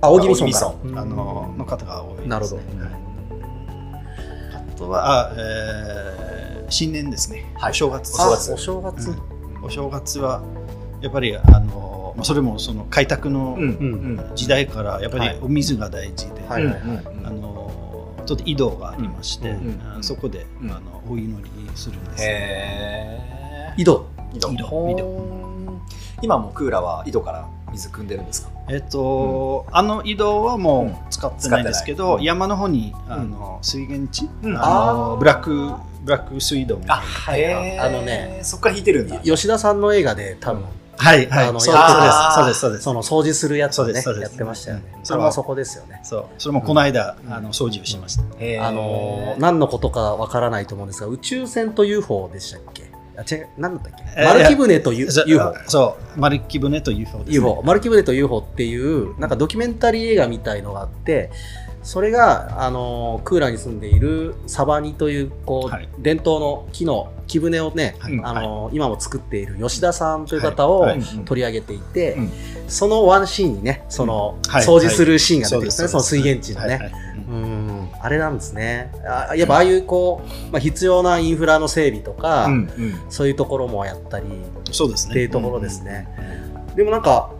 S2: あ、大喜利村
S1: 大
S2: か
S1: 宜
S2: ら。
S3: あのーの方が多いです、ね、
S2: なるほど
S3: はいあとはあ、えー新年ですね、
S1: はい
S3: お正月
S1: お正月
S2: あお正月。
S3: お正月はやっぱりあのまあ、それもその開拓の
S2: うん
S1: うんうん
S3: 時代からやっぱ
S2: は
S3: り
S2: い
S3: お水が大事で、
S2: はいはいはい
S3: あのちょっと井戸がありまして、
S1: うん
S3: あそこで、
S1: うん
S3: あのお祈りするんですよ
S1: へ
S2: 井戸
S1: ー井戸
S3: 井戸
S1: ほー
S3: 井
S1: 今もクーラーは井戸から水汲んでるんですか
S3: えっと、あの井戸はもう使ってないんですけ
S1: 使っ
S3: ど、
S1: てない
S3: 山の方にあの水源地、
S1: うん
S3: あの
S2: あー
S3: ブラックブラック水道みたいな
S1: は
S2: はいあのね
S1: そっから引いてるんだ
S2: 吉田さんの映画で多分
S3: はいはい
S2: あの
S3: そう
S2: やって
S1: た
S3: そうですそうです
S2: そ
S3: そ
S2: う
S3: です
S2: の掃除するやつを
S3: そうで
S2: ね
S3: すそうです
S2: やってましたよね
S3: うん
S2: それはそこですよね
S3: そうそれもこの間、
S1: うん
S3: あの掃除をしました、
S1: へー
S2: あのー何のことかわからないと思うんですが宇宙船と UFO でしたっけあ違う何だったっけ
S3: えー
S2: 丸木舟と U-
S3: そう
S2: UFO
S3: そう丸木舟と UFO です、ね、
S2: UFO 丸木舟と UFO っていうなんかドキュメンタリー映画みたいのがあってそれがあのークーラーに住んでいるサバニというこう、
S3: はい
S2: 伝統の木の木舟をね、
S3: はい、
S2: あ
S3: はい
S2: のー今も作っている吉田さんという方を、
S3: はいはい
S1: うん
S2: 取り上げていて、
S1: うん
S2: そのワンシーンにね、その、
S3: はい
S2: 掃除するシーンが出てくるんですね、
S3: う
S2: その水源地のね。
S3: はいはいうん
S2: うん、あれなんですね。あやっぱああいうこう、まあ、必要なインフラの整備とか、
S1: うんうん
S2: そういうところもやったり
S3: そうです
S2: っ
S3: ね
S2: ていうところですね。でもなんか、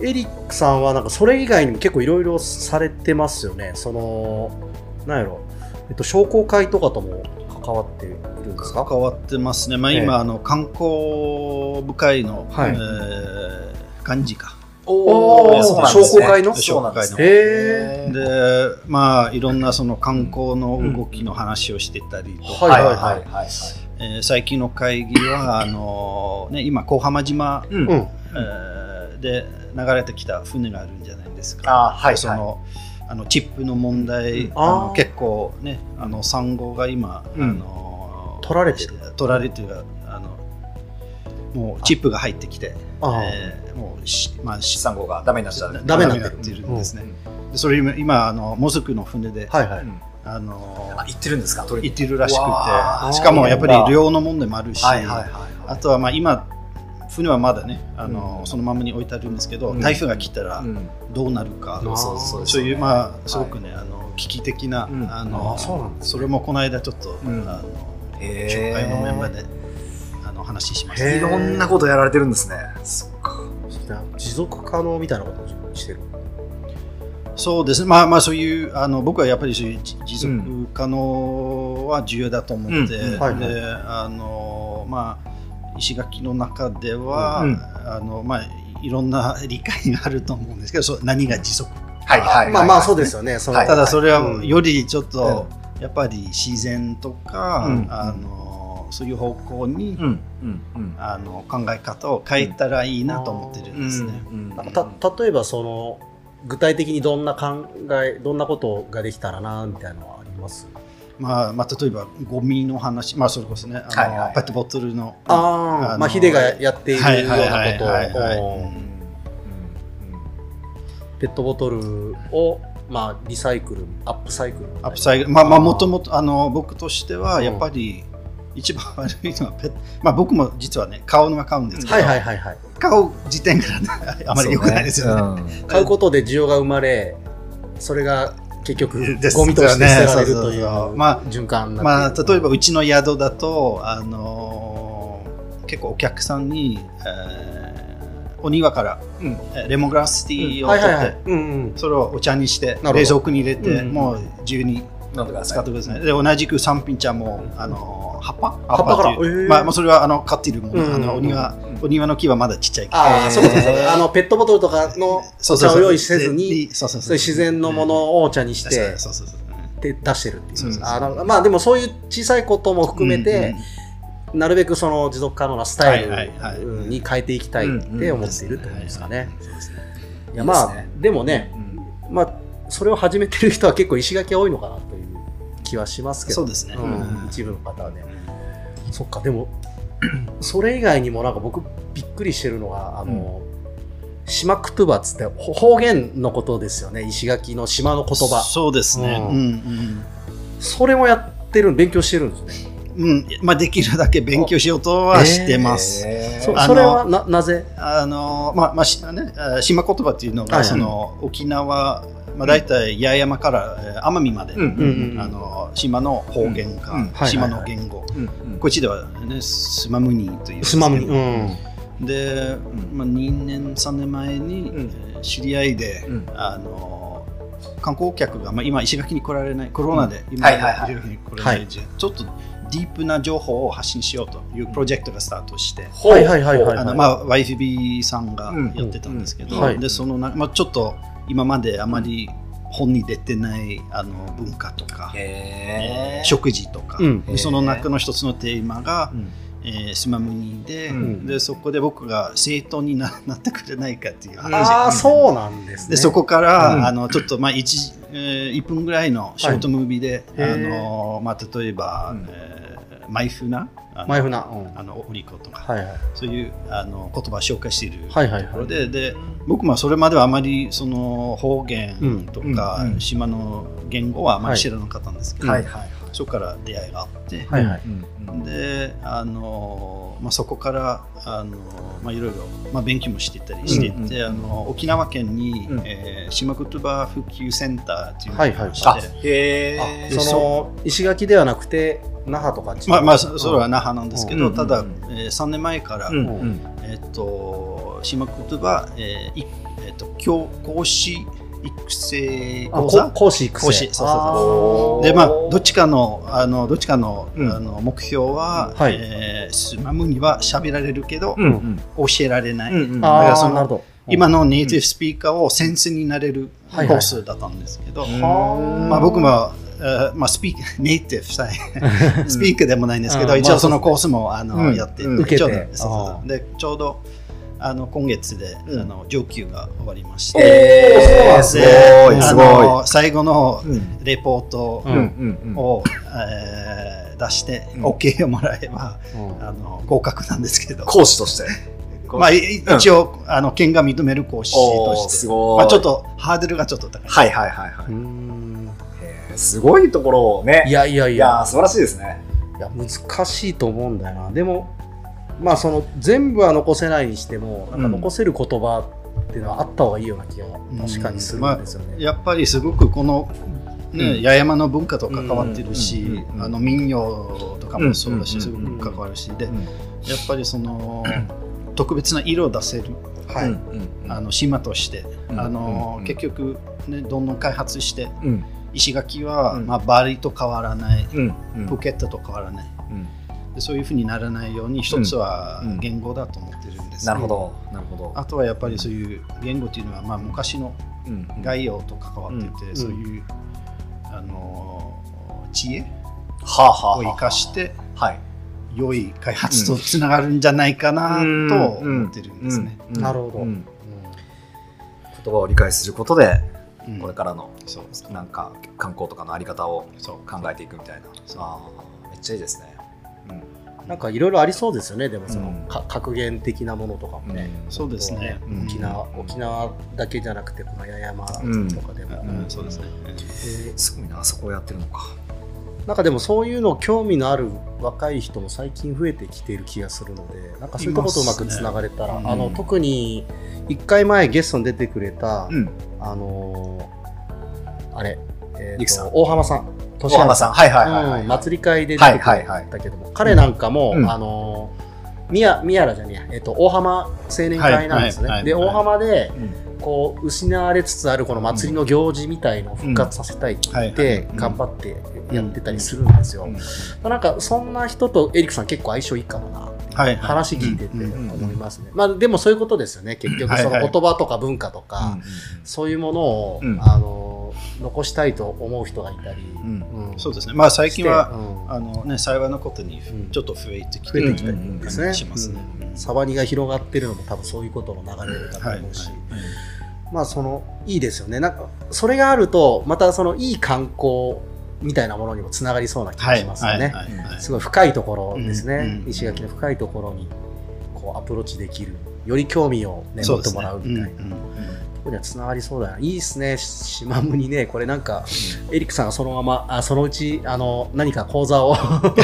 S2: エリックさんはなんかそれ以外にも結構いろいろされてますよね。その、なんやろ、えっと、商工会とかとも関わっているんですか
S3: 関わってますね、まあ、
S2: ええ
S3: 今、あの観光部会の、
S2: はい
S3: えー幹事か
S2: お
S3: ー
S1: そうなんです
S2: 商工会の
S1: そうなんですね
S2: へ
S1: で
S3: で、まあ、いろんなその観光の動きの話をしてたりと
S1: は
S3: か、
S1: いは
S2: は
S1: い
S2: いはい
S1: はいはい
S3: えー最近の会議はあの、ね、今、小浜島、
S1: うん
S2: うん。
S3: えーで流れてきた船があるんじゃないですか。
S1: あーはい
S3: そ
S1: はい
S3: のあのチップの問題、
S1: うん
S3: あの
S2: あー
S3: 結構ねあの産後が今、
S1: うん
S3: あの
S2: 取られてる
S3: 取られてるあのもうチップが入ってきて、
S2: ああ
S3: えーもうし、まあ、し
S1: 資産号がダメになっちゃう
S2: ダメになってる
S3: ってるんですね、でそれ今今あのモズクの船で、
S2: はいはい。
S1: うん
S3: あの
S1: あ行ってるんですか取り
S3: 行
S1: に
S3: ってるらしく
S1: うわ
S2: ー
S3: てしかもやっぱり
S1: そうなんだ
S3: 量の問題もあるし、
S1: はいはいはい
S3: あとはまあ今船はまだねあの、
S1: うん
S3: そのままに置いてあるんですけど、
S1: うん
S3: 台風が来たら
S1: うん
S3: どうなるか、
S2: うん
S1: そうそうです
S3: そう
S1: ね
S3: いうまあすごくね、あの危機的な、
S1: うん
S3: あ
S2: あ
S3: の
S2: そうなんで
S3: それもこの間ちょっと、
S1: うん
S3: あの
S1: へー
S3: 紹介のメンバーであの話しました
S2: へー
S1: いろんなことやられてるんですねそっか
S2: 持続可能みたいなことをしてる。
S3: そうですね、まあまあ、そういうあの僕はやっぱりそういう持持続可能は重要だと思って、
S1: うんうん
S2: はいはい
S3: であのまあ、石垣の中では、
S1: うん
S3: あのまあ、いろんな理解があると思うんですけど、そう何が持続か、
S1: はいはいはい
S2: まあまあそうですよね。その
S1: はい
S3: ただそれ
S2: う
S3: は
S2: ん
S3: よりちょっと、やっぱり自然とか、
S1: うん
S3: あのそういう方向に、
S1: うんうんうん
S3: あの考え方を変えたらいいなと思ってるんですね。
S1: うん
S2: なんかた例えばその具体的にどんな考えどんなことができたらなみたいなのはあります。
S3: まあまあ、例えばゴミの話、まあ、それこそねあの、
S1: はいはい
S3: ペットボトルの
S2: あ
S3: あの
S2: まあヒデがやっているようなこと
S3: はいはいはいはい
S2: を
S3: は
S2: う
S3: い
S2: ん
S1: うんうん
S2: ペットボトルをまあリサイクルアップサイクル
S3: アップサイクルまあま
S2: あ
S3: あ
S2: ー
S3: もともとあの僕として
S2: う
S3: は
S2: ん
S3: やっぱり一番 悪いのはペットまあ僕も実はね買うのは買うんですけど、
S2: はいはいはいはい。
S3: 買う時点からねあまり良くないですよ ね。
S1: そうねうん
S2: 買うことで需要が生まれそれが結局
S3: です
S2: ゴミとして捨てられるという
S3: そうそうそうまあ
S2: 循環にな
S3: まあ
S2: っている
S3: 例えばうちの宿だとあのー結構お客さんに、えーお庭から、
S1: うん
S3: えーレモングラスティーを
S2: は
S3: 取
S2: い
S3: って、
S2: はいはい。うんうん。
S3: それをお茶にして
S2: ほど
S3: 冷蔵庫に入れて、
S1: うん
S3: もう自由に
S1: 飲んでくだ
S3: 使
S1: さ
S3: っ
S1: い
S3: てください。で同じく三品茶もあの葉っぱ
S2: 葉っぱから
S3: 葉っていう
S2: へー
S3: まあまあそれはあの飼っているもの、
S2: うん
S3: あのお庭お庭の木はまだちっちゃいけど。
S2: あ
S1: え
S2: あ、
S1: ー
S2: そうそうそう。あの、ペットボトルとかのお茶を用意せずに、
S3: そうそう
S2: そういう自然のものを
S3: を
S2: お茶にして、
S3: そうそうそう
S2: で出してるっていう。
S1: うん
S2: あのまあでもそういう小さいことも含めて、なるべくその持続可能なスタイ
S3: はいはいはい
S2: ルに変えていきたいって思っているってことですかね。。
S3: うんうんうんそうですね
S2: いやまあ、でもね、
S1: うん
S2: まあ、それを始めてる人は結構石垣多いのかなという気はしますけ
S3: そ
S2: ど
S3: う、ですね。
S2: うん一部の方はね。そっか、でも、 それ以外にもなんか僕びっくりしてるのが、あの、島クトゥバっつってほ方言のことですよね。石垣の島の言葉。
S3: そうですね。
S2: うん
S3: うん
S2: それもやってる、勉強してるんですね。
S3: うんうん。まあできるだけ勉強しようとはしてます。
S1: へー
S2: そ
S3: あの
S2: それはな、なぜ
S3: あのまあまあしね、あー島言葉っていうの
S2: は
S3: が
S2: い
S3: その沖縄、まあ、大体八重山からえー奄美まで、
S1: うんうん
S2: うん
S3: あの島の方言か、
S1: うんうんはい
S2: はい
S3: 島の言語、
S1: うんうん
S3: こっちでは、ね、スマムニーという
S2: スマムニ。うん。
S3: で、まあ、2年3年前に、
S1: うん
S3: えー知り合いで、
S1: うん
S3: あの観光客が、まあ、今石垣に来られないコロナで、今
S1: はいはいはい
S3: 石垣に来られない時代ちょっとディープな情報を発信しようというプロジェクトがスタートして、
S1: ほう
S2: はいはいはいはい
S3: あのまあ、YFB さんが
S1: うん
S3: やってたんですけど、
S2: うんはい
S3: でそのな、まあ、ちょっと今まであまり本に出てないあの文化とか、
S1: へー
S3: 食事とか、
S2: うん
S3: でその中の一つのテーマが、
S1: うん
S3: えースマムニで,、
S1: うん
S3: でそこで僕が生徒にななってくれないかっていう話
S2: ああ、
S3: う
S2: そうなんですね。
S3: でそこから、
S1: うん
S3: あのちょっとまあ 1,、えー1分ぐらいのショートムービーで、
S2: はい
S3: あのまあ、例えば、
S1: うん
S3: えーマイフなあの
S2: 前船。うん
S3: あのオリコとか、
S2: はいはい。
S3: そういうあの言葉を紹介している
S2: はいはい
S3: とこ
S2: は
S3: ろ
S2: い。
S3: で,、で僕もそれまではあまりその方言とか、
S1: うんうん
S3: 島の言語はあまり知らなかったんですけど、
S1: はいはい
S3: そこから出会いがあって、
S2: はいはい。
S1: うん
S3: であの、まあ、そこからあの、まあ、いろいろ、まあ、勉強もしてたりしていて、
S1: うんうんうん
S3: あの沖縄県に、
S1: うん
S3: えー島言葉普及センターというの
S2: はい
S3: があ
S2: はい
S3: りまして、
S1: あへ
S2: あ
S1: え
S3: で
S2: その石垣ではなくて那覇とかあっち
S3: まあまあ、そそれは那覇なんですけど、
S1: うん
S3: ただ、
S1: うんうん
S3: えー、3年前から、
S1: うん
S2: う
S1: うん
S3: えっと、島言葉、えーいえっと、教講師育成
S2: あ
S3: 講
S2: こ
S3: 座
S2: 講師育成
S3: 講師そうそう
S1: こ
S3: で、まあ、どっちかの、あの、どっちかの、
S1: うん
S3: あの、目標は、
S2: はい
S3: えースマムには喋られるけど、
S1: うんうん
S3: 教えられない。
S1: うんうん
S2: あー
S3: だから
S2: あ
S3: そ
S2: ー
S3: の
S2: なるほど
S3: 今のネイティブスピーカーを先生になれるコ
S2: はいはい
S3: ースだったんですけど、
S1: は
S3: まあ、僕も、えーまあ、 スピーカー、ネイティブさえ、 スピーカーでもないんですけ
S2: う
S3: ど、
S2: ん
S3: 一
S2: ま
S3: 応
S2: あ
S3: そのコースも、あの、
S1: うん
S3: やって、
S1: うん
S2: 受けて
S3: ちょうどそうそう
S2: あー
S3: で、ちょうど、あの、今月で、
S1: うん
S3: あの、上級が終わりまして、
S1: えー、す
S3: で
S1: ごい
S3: あ
S1: すご
S3: の最後の
S1: いうん
S3: レポート
S1: うんうんうん
S3: を、えー出して、
S1: うん
S3: OK をもらえば
S2: うん
S3: あの合格なんですけど、
S1: 講師として
S3: まあ、い
S1: うん
S3: 一応、あの県が認める講師と
S1: おー
S3: し
S1: す
S3: て、
S1: ごい、
S3: まあ、ちょっとハードルがちょっと高い。
S1: はいはいはいは
S2: う
S1: い
S2: ん
S1: へーすごいところをね
S2: いやいやい
S1: い
S2: や
S1: やー素晴らしいですね
S2: いや難しいと思うんだよなでもまあその全部は残せないにしてもなんか
S1: うん
S2: 残せる言葉っていうのはあった方がいいような気が
S3: ん
S2: 確かにするんですよね、
S3: やっぱりすごくこの、ね
S1: うん
S3: 八重山の文化と関わってるし、
S1: うんうんうん
S3: あの民謡とかもそうだし、
S1: うん
S3: すごく関わるし、で
S1: う
S3: やっ
S1: ん
S3: ぱりその特別な色を出せる
S2: はい、
S1: うんうん
S3: あの島として、
S1: うん
S3: あの
S1: うん
S3: 結局、ね、どんどん開発して
S1: うん
S3: 石垣は、
S1: うん
S3: まあ、バリと変わらない
S1: うんうん
S3: プケットと変わらない
S1: うん
S3: でそういうふうにならないように一つは
S1: うん
S3: 言語だと思ってるんです
S1: なるほどなるほど
S3: あとはやっぱりそういう言語っていうのは、まあ、昔の
S1: うんうん
S3: 概要と関わってて、
S2: うん
S3: そういうあの知恵
S1: はあはあ
S3: を生かして
S1: はい
S3: 良い開発とつながるんじゃないかなと思ってるんですね。
S1: うん
S2: なるほど
S1: うん言葉を理解することで
S3: うん
S1: これからの
S3: そうそう
S1: なんか観光とかのあり方を
S3: そう
S1: 考えていくみたいなあーめっちゃいいですね
S2: なんかいろいろありそうですよねでもその、
S1: うん
S2: か格言的なものとかもね、
S3: そうですね。
S1: うん
S2: 沖縄沖縄だけじゃなくてこの八重山とかでも、
S3: うんそうですね。
S2: です
S1: ごいなそこをやってるのか
S2: なんかでもそういうの興味のある若い人も最近増えてきている気がするのでなんかそういうとことうまくつながれたら、
S3: いますね
S2: あの
S1: うん
S2: 特に1回前ゲストに出てくれた、
S1: うん
S2: あのーあれ、えーと
S1: ゆきさん
S2: 大浜さん
S1: 大
S2: 年
S1: 浜さんはいはいはいは
S2: う
S1: い
S2: ん祭り会で出
S1: は
S2: て
S1: い
S2: く
S1: はい
S2: れ
S1: はい
S2: たけども、彼なんかも、
S1: うん
S2: あのー宮宮原じゃねえや、えっと、大浜青年会なんですね、
S3: はいはいはい
S2: で
S3: はい
S2: 大浜で
S1: うん
S2: こう失われつつあるこの祭りの行事みたいのを復活させたいって言っ
S3: うんは
S2: て頑張ってやってたりするんですよ、なんかそんな人とエリックさん結構相性いいかもな
S3: はい、
S2: 話聞いてて
S3: うん
S1: うんうん
S2: 思いますね、まあ、でもそういうことですよね結局その
S3: はいは
S2: 言
S3: い
S2: 葉とか文化とか、
S1: う
S2: そういうものを、
S1: うん
S2: あの残したいと思う人がいたり、
S1: んうん
S2: うん
S3: そうですね。まあ最近は、
S2: は、
S3: あのね、幸いなことに
S2: うん
S3: ちょっと増えてき
S2: 増
S3: て
S2: え
S3: る
S2: てきたり
S3: 感
S2: です
S3: じ
S2: ね
S3: がしますね。
S2: うんサバニが広がってるのも多分そういうことの流れだと思うし、
S3: はい
S2: まあそのいいですよねなんかそれがあるとまたそのいい観光みたいなものにもつながりそうな気がしますよね、
S3: はいはいはい
S2: すごい深いところですね、
S3: うんうん
S2: 石垣の深いところにこうアプローチできるより興味を、ね、
S3: そ
S2: 持
S3: う
S2: って
S3: です
S2: も
S3: ね
S2: らうみたいな、
S3: うんうん
S2: ここにはつながりそうだよいいですね、島むにね、これなんか、エリックさんがそのまま、あそのうちあの何か講座を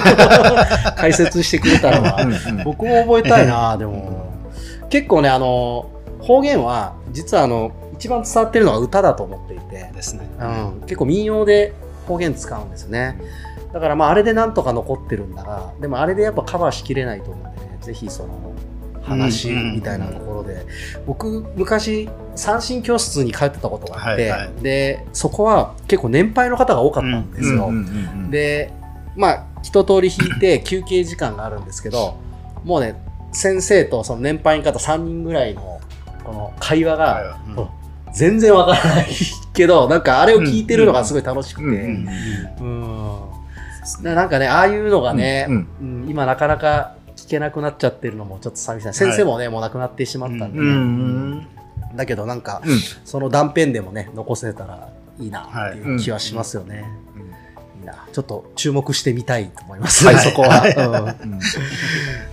S2: 解説してくれたら
S1: うん
S2: は、
S1: うん
S2: 僕も覚えたいな、でも、結構ね、あの方言は、実はあの一番伝わってるのが歌だと思っていて、
S3: ですね。
S2: うん、結構民謡で方言使うんですよね。だからまああれでなんとか残ってるんだが、でもあれでやっぱカバーしきれないと思うんでね、ぜひその話みたいなところで、僕昔三振教室に通ってたことがあって、
S3: はいは
S2: でそこは結構年配の方が多かったんですよ、でまあ一通り引いて休憩時間があるんですけどもうね先生とその年配の方3人ぐらいのこの会話が全然わからない けどなんかあれを聞いてるのがすごい楽しくて、
S1: うん
S2: うんななんかねああいうのがね、
S1: う
S2: うんん今なかなか聞けなくなっちゃってるのもちょっと寂しいな先生もね、もう亡くなってしまったんで、ね
S3: うん
S2: だけどなんか、
S1: うん
S2: その断片でもね残せたらいいなっていう気はしますよね、
S1: うん
S2: いいなちょっと注目してみたいと思いますね、そこは、うん
S1: うん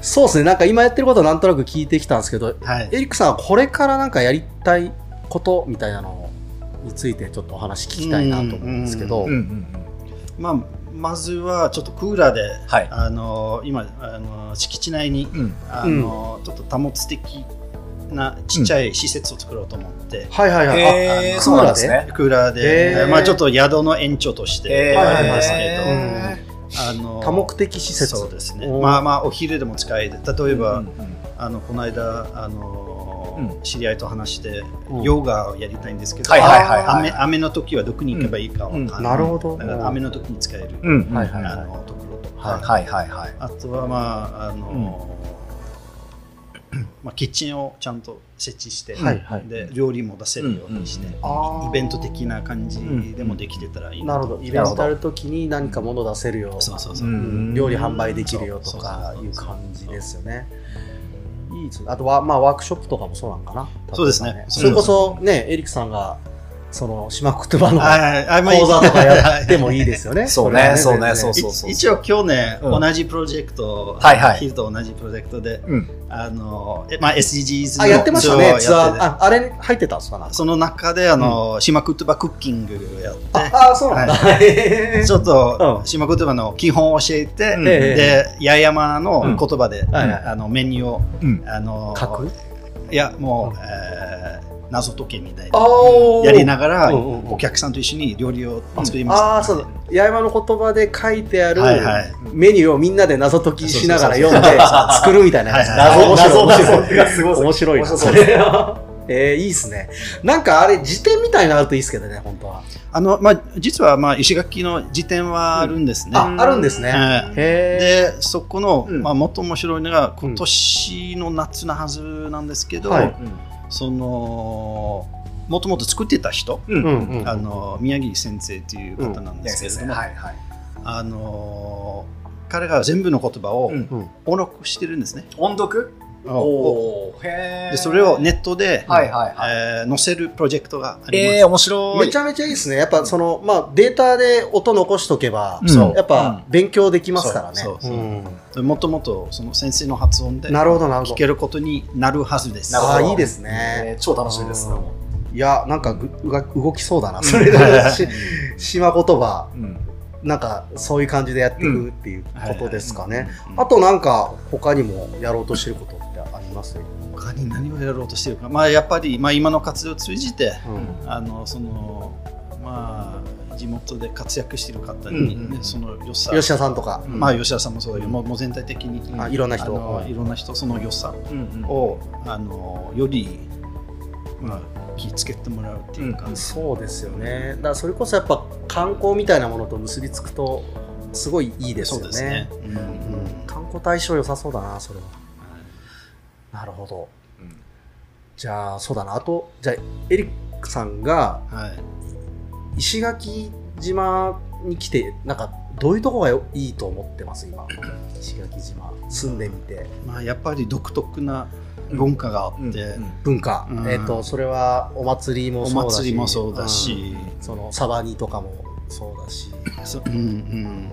S2: そうですねなんか今やってることなんとなく聞いてきたんですけど
S3: はい
S2: エリックさんはこれからなんかやりたいことみたいなのについてちょっとお話聞きたいなと思うんですけど、
S1: うんうんうん
S3: まあ、まずはちょっとクーラーで、
S1: はい
S3: あの今あの敷地内に
S1: うん
S3: あの、ちょっと多物的なちっちゃい施設を作ろうと思って、
S2: はいはいはい、あ
S1: えーそうなんですね
S3: クーラーで、
S2: へー
S3: まあ、ちょっと宿の延長として
S1: えー
S3: や
S2: はい
S3: り
S2: はい
S3: ます
S2: はい
S3: け
S2: うん
S3: ど、あの
S2: 多目的施設
S3: そうですね
S2: おー
S3: まあまあお昼でも使える例えば、
S1: うんうん
S3: あのこの間あの、
S1: うん
S3: 知り合いと話して、
S2: うん
S3: ヨガをやりたいんですけど、
S1: はいはいはいはい
S3: 雨雨の時はどこに行けばいいかわかんない、
S1: うん
S2: なるほど
S3: だから雨の時に使える、
S1: うんうん
S2: はいはい
S3: あのところとか、
S1: はいはいはい
S3: あとはまああの、まあ、キッチンをちゃんと設置して、
S2: はいはい
S3: で料理も出せるようにして、
S1: うんうん
S2: あー
S3: イベント的な感じでもできてたらいい
S2: なるほどイベント
S1: な
S2: あ
S1: る
S2: る時に何か物出せるよ
S3: そうそうそう、
S1: うん
S2: うん料理販売できるよとかいう感じですよね。いいですねあとは、まあ、ワークショップとかもそうなんかな。
S3: そうですね
S2: 例えば
S3: そう
S2: それこそね、エリックさんが、その、島言葉の
S3: はいはいあまあ
S2: 講座とかやってもいいです よね。
S1: そう
S2: れは
S1: ねそう
S2: 全
S1: ね
S2: 然
S1: そうそう
S3: い一応去年
S1: うん
S3: 同じプロジェクト、
S1: はいはい
S3: ヒルと同じプロジェクトで、
S1: うん
S3: あのえまあ、SDGs の
S2: あ、やってましたね、
S3: ツ
S2: ツ
S3: ア
S2: ア
S3: ーを
S2: ー。
S3: やってて
S2: あ、あれ入ってたんですかなんか
S3: その中であの、島言葉クッキングをやって
S2: あ、あそうなんだ。へ ー
S3: ちょっと
S2: うん
S3: 島言葉の基本を教えて、
S1: うん
S3: で八重山の言葉で、
S2: はいはい
S3: あのメニューを
S1: うん
S3: あの
S2: 書く
S3: いやもう、
S2: うん
S3: えー謎解きみたい
S2: あ
S3: な
S2: ー
S3: やりながら、
S2: うんうんうん
S3: お客さんと一緒に料理を作りました、
S2: あーそうだ。八重山の言葉で書いてある
S3: はいはい
S2: メニューをみんなで謎解きしながら読んで作るみたいなやつ。
S3: はいは
S1: 謎
S3: い
S2: 面白い
S1: 謎
S2: 面白い
S1: 謎がすごい
S2: 面白いな
S1: 面白そ
S2: そうれえー、いいっすねなんかあれ辞典みたいなのあるといいっすけどね本当は、
S3: あのまあ、実は、まあ、石垣の辞典はあるんですね。
S2: ああるんですね、
S3: はい
S2: へ
S3: でそこの、
S1: うん
S3: まあ、もっと面白いのが
S2: うん
S3: 今年の夏のはずなんですけど、
S2: はい
S3: そのもともと作ってた人、
S1: うん
S2: ーうんうん
S3: あの宮城先生という方なんですけれども、
S1: はいはい
S3: あの彼が全部の言葉を
S1: うん
S2: うん
S3: 音読してるんですね。
S1: 音読おーへー
S3: でそれをネットで、
S1: はいはいはい
S3: えー載せるプロジェクトがあります。
S1: えー面白
S2: め
S1: い
S2: ちゃめちゃいいですねやっぱその、まあ、データで音残しとけば、
S1: うんそう
S2: やっぱ勉強できますからね
S3: そうそうそうんもともとその先生の発音で
S2: なるほどなるほ
S3: 聞
S2: ど
S3: けることになるはずです。
S1: なるほ
S2: あ
S1: ど
S2: あーいいですね、
S1: えー超楽しみです
S2: うんいやなんかぐうが動きそうだなそれがし 島言葉
S1: うん
S2: なんかそういう感じでやっていくっていうことですかね、
S3: うん
S2: あとなんか他にもやろうとしてることってあります
S3: 他に何をやろうとしてるか、まあ、やっぱり、まあ、今の活動を通じて
S2: うん
S3: あのその、まあ、地元で活躍している方
S1: うん
S3: に、ね
S1: うんうん
S3: その良さ
S2: 吉田さんとか、
S3: まあ、吉田さんもそうだけど、もうもう全体的に
S2: あいろんな
S3: あ
S2: 人
S3: のいろんな人その良さ
S1: うん
S3: をあのより、まあ、気をつけてもらうっていうか、
S1: うん
S2: そうですよねだからそれこそやっぱ観光みたいなものと結びつくとすごいいいです
S3: そう
S2: よね
S3: ですね。うん
S2: うん観光対象良さそうだなそれはなるほどじゃあそうだなあとじゃあエリックさんが
S3: はい
S2: 石垣島に来てなんかどういうとこがよいいと思ってます 今石垣島住んでみて
S3: まあ、やっぱり独特な文化があって、
S1: うんうん
S2: 文化、
S3: うん
S2: えっ、とそれはお祭りも
S3: お
S2: そうだし
S3: 祭りもそうだし、
S2: うんそのサバニとかもそうだし
S3: そうんうん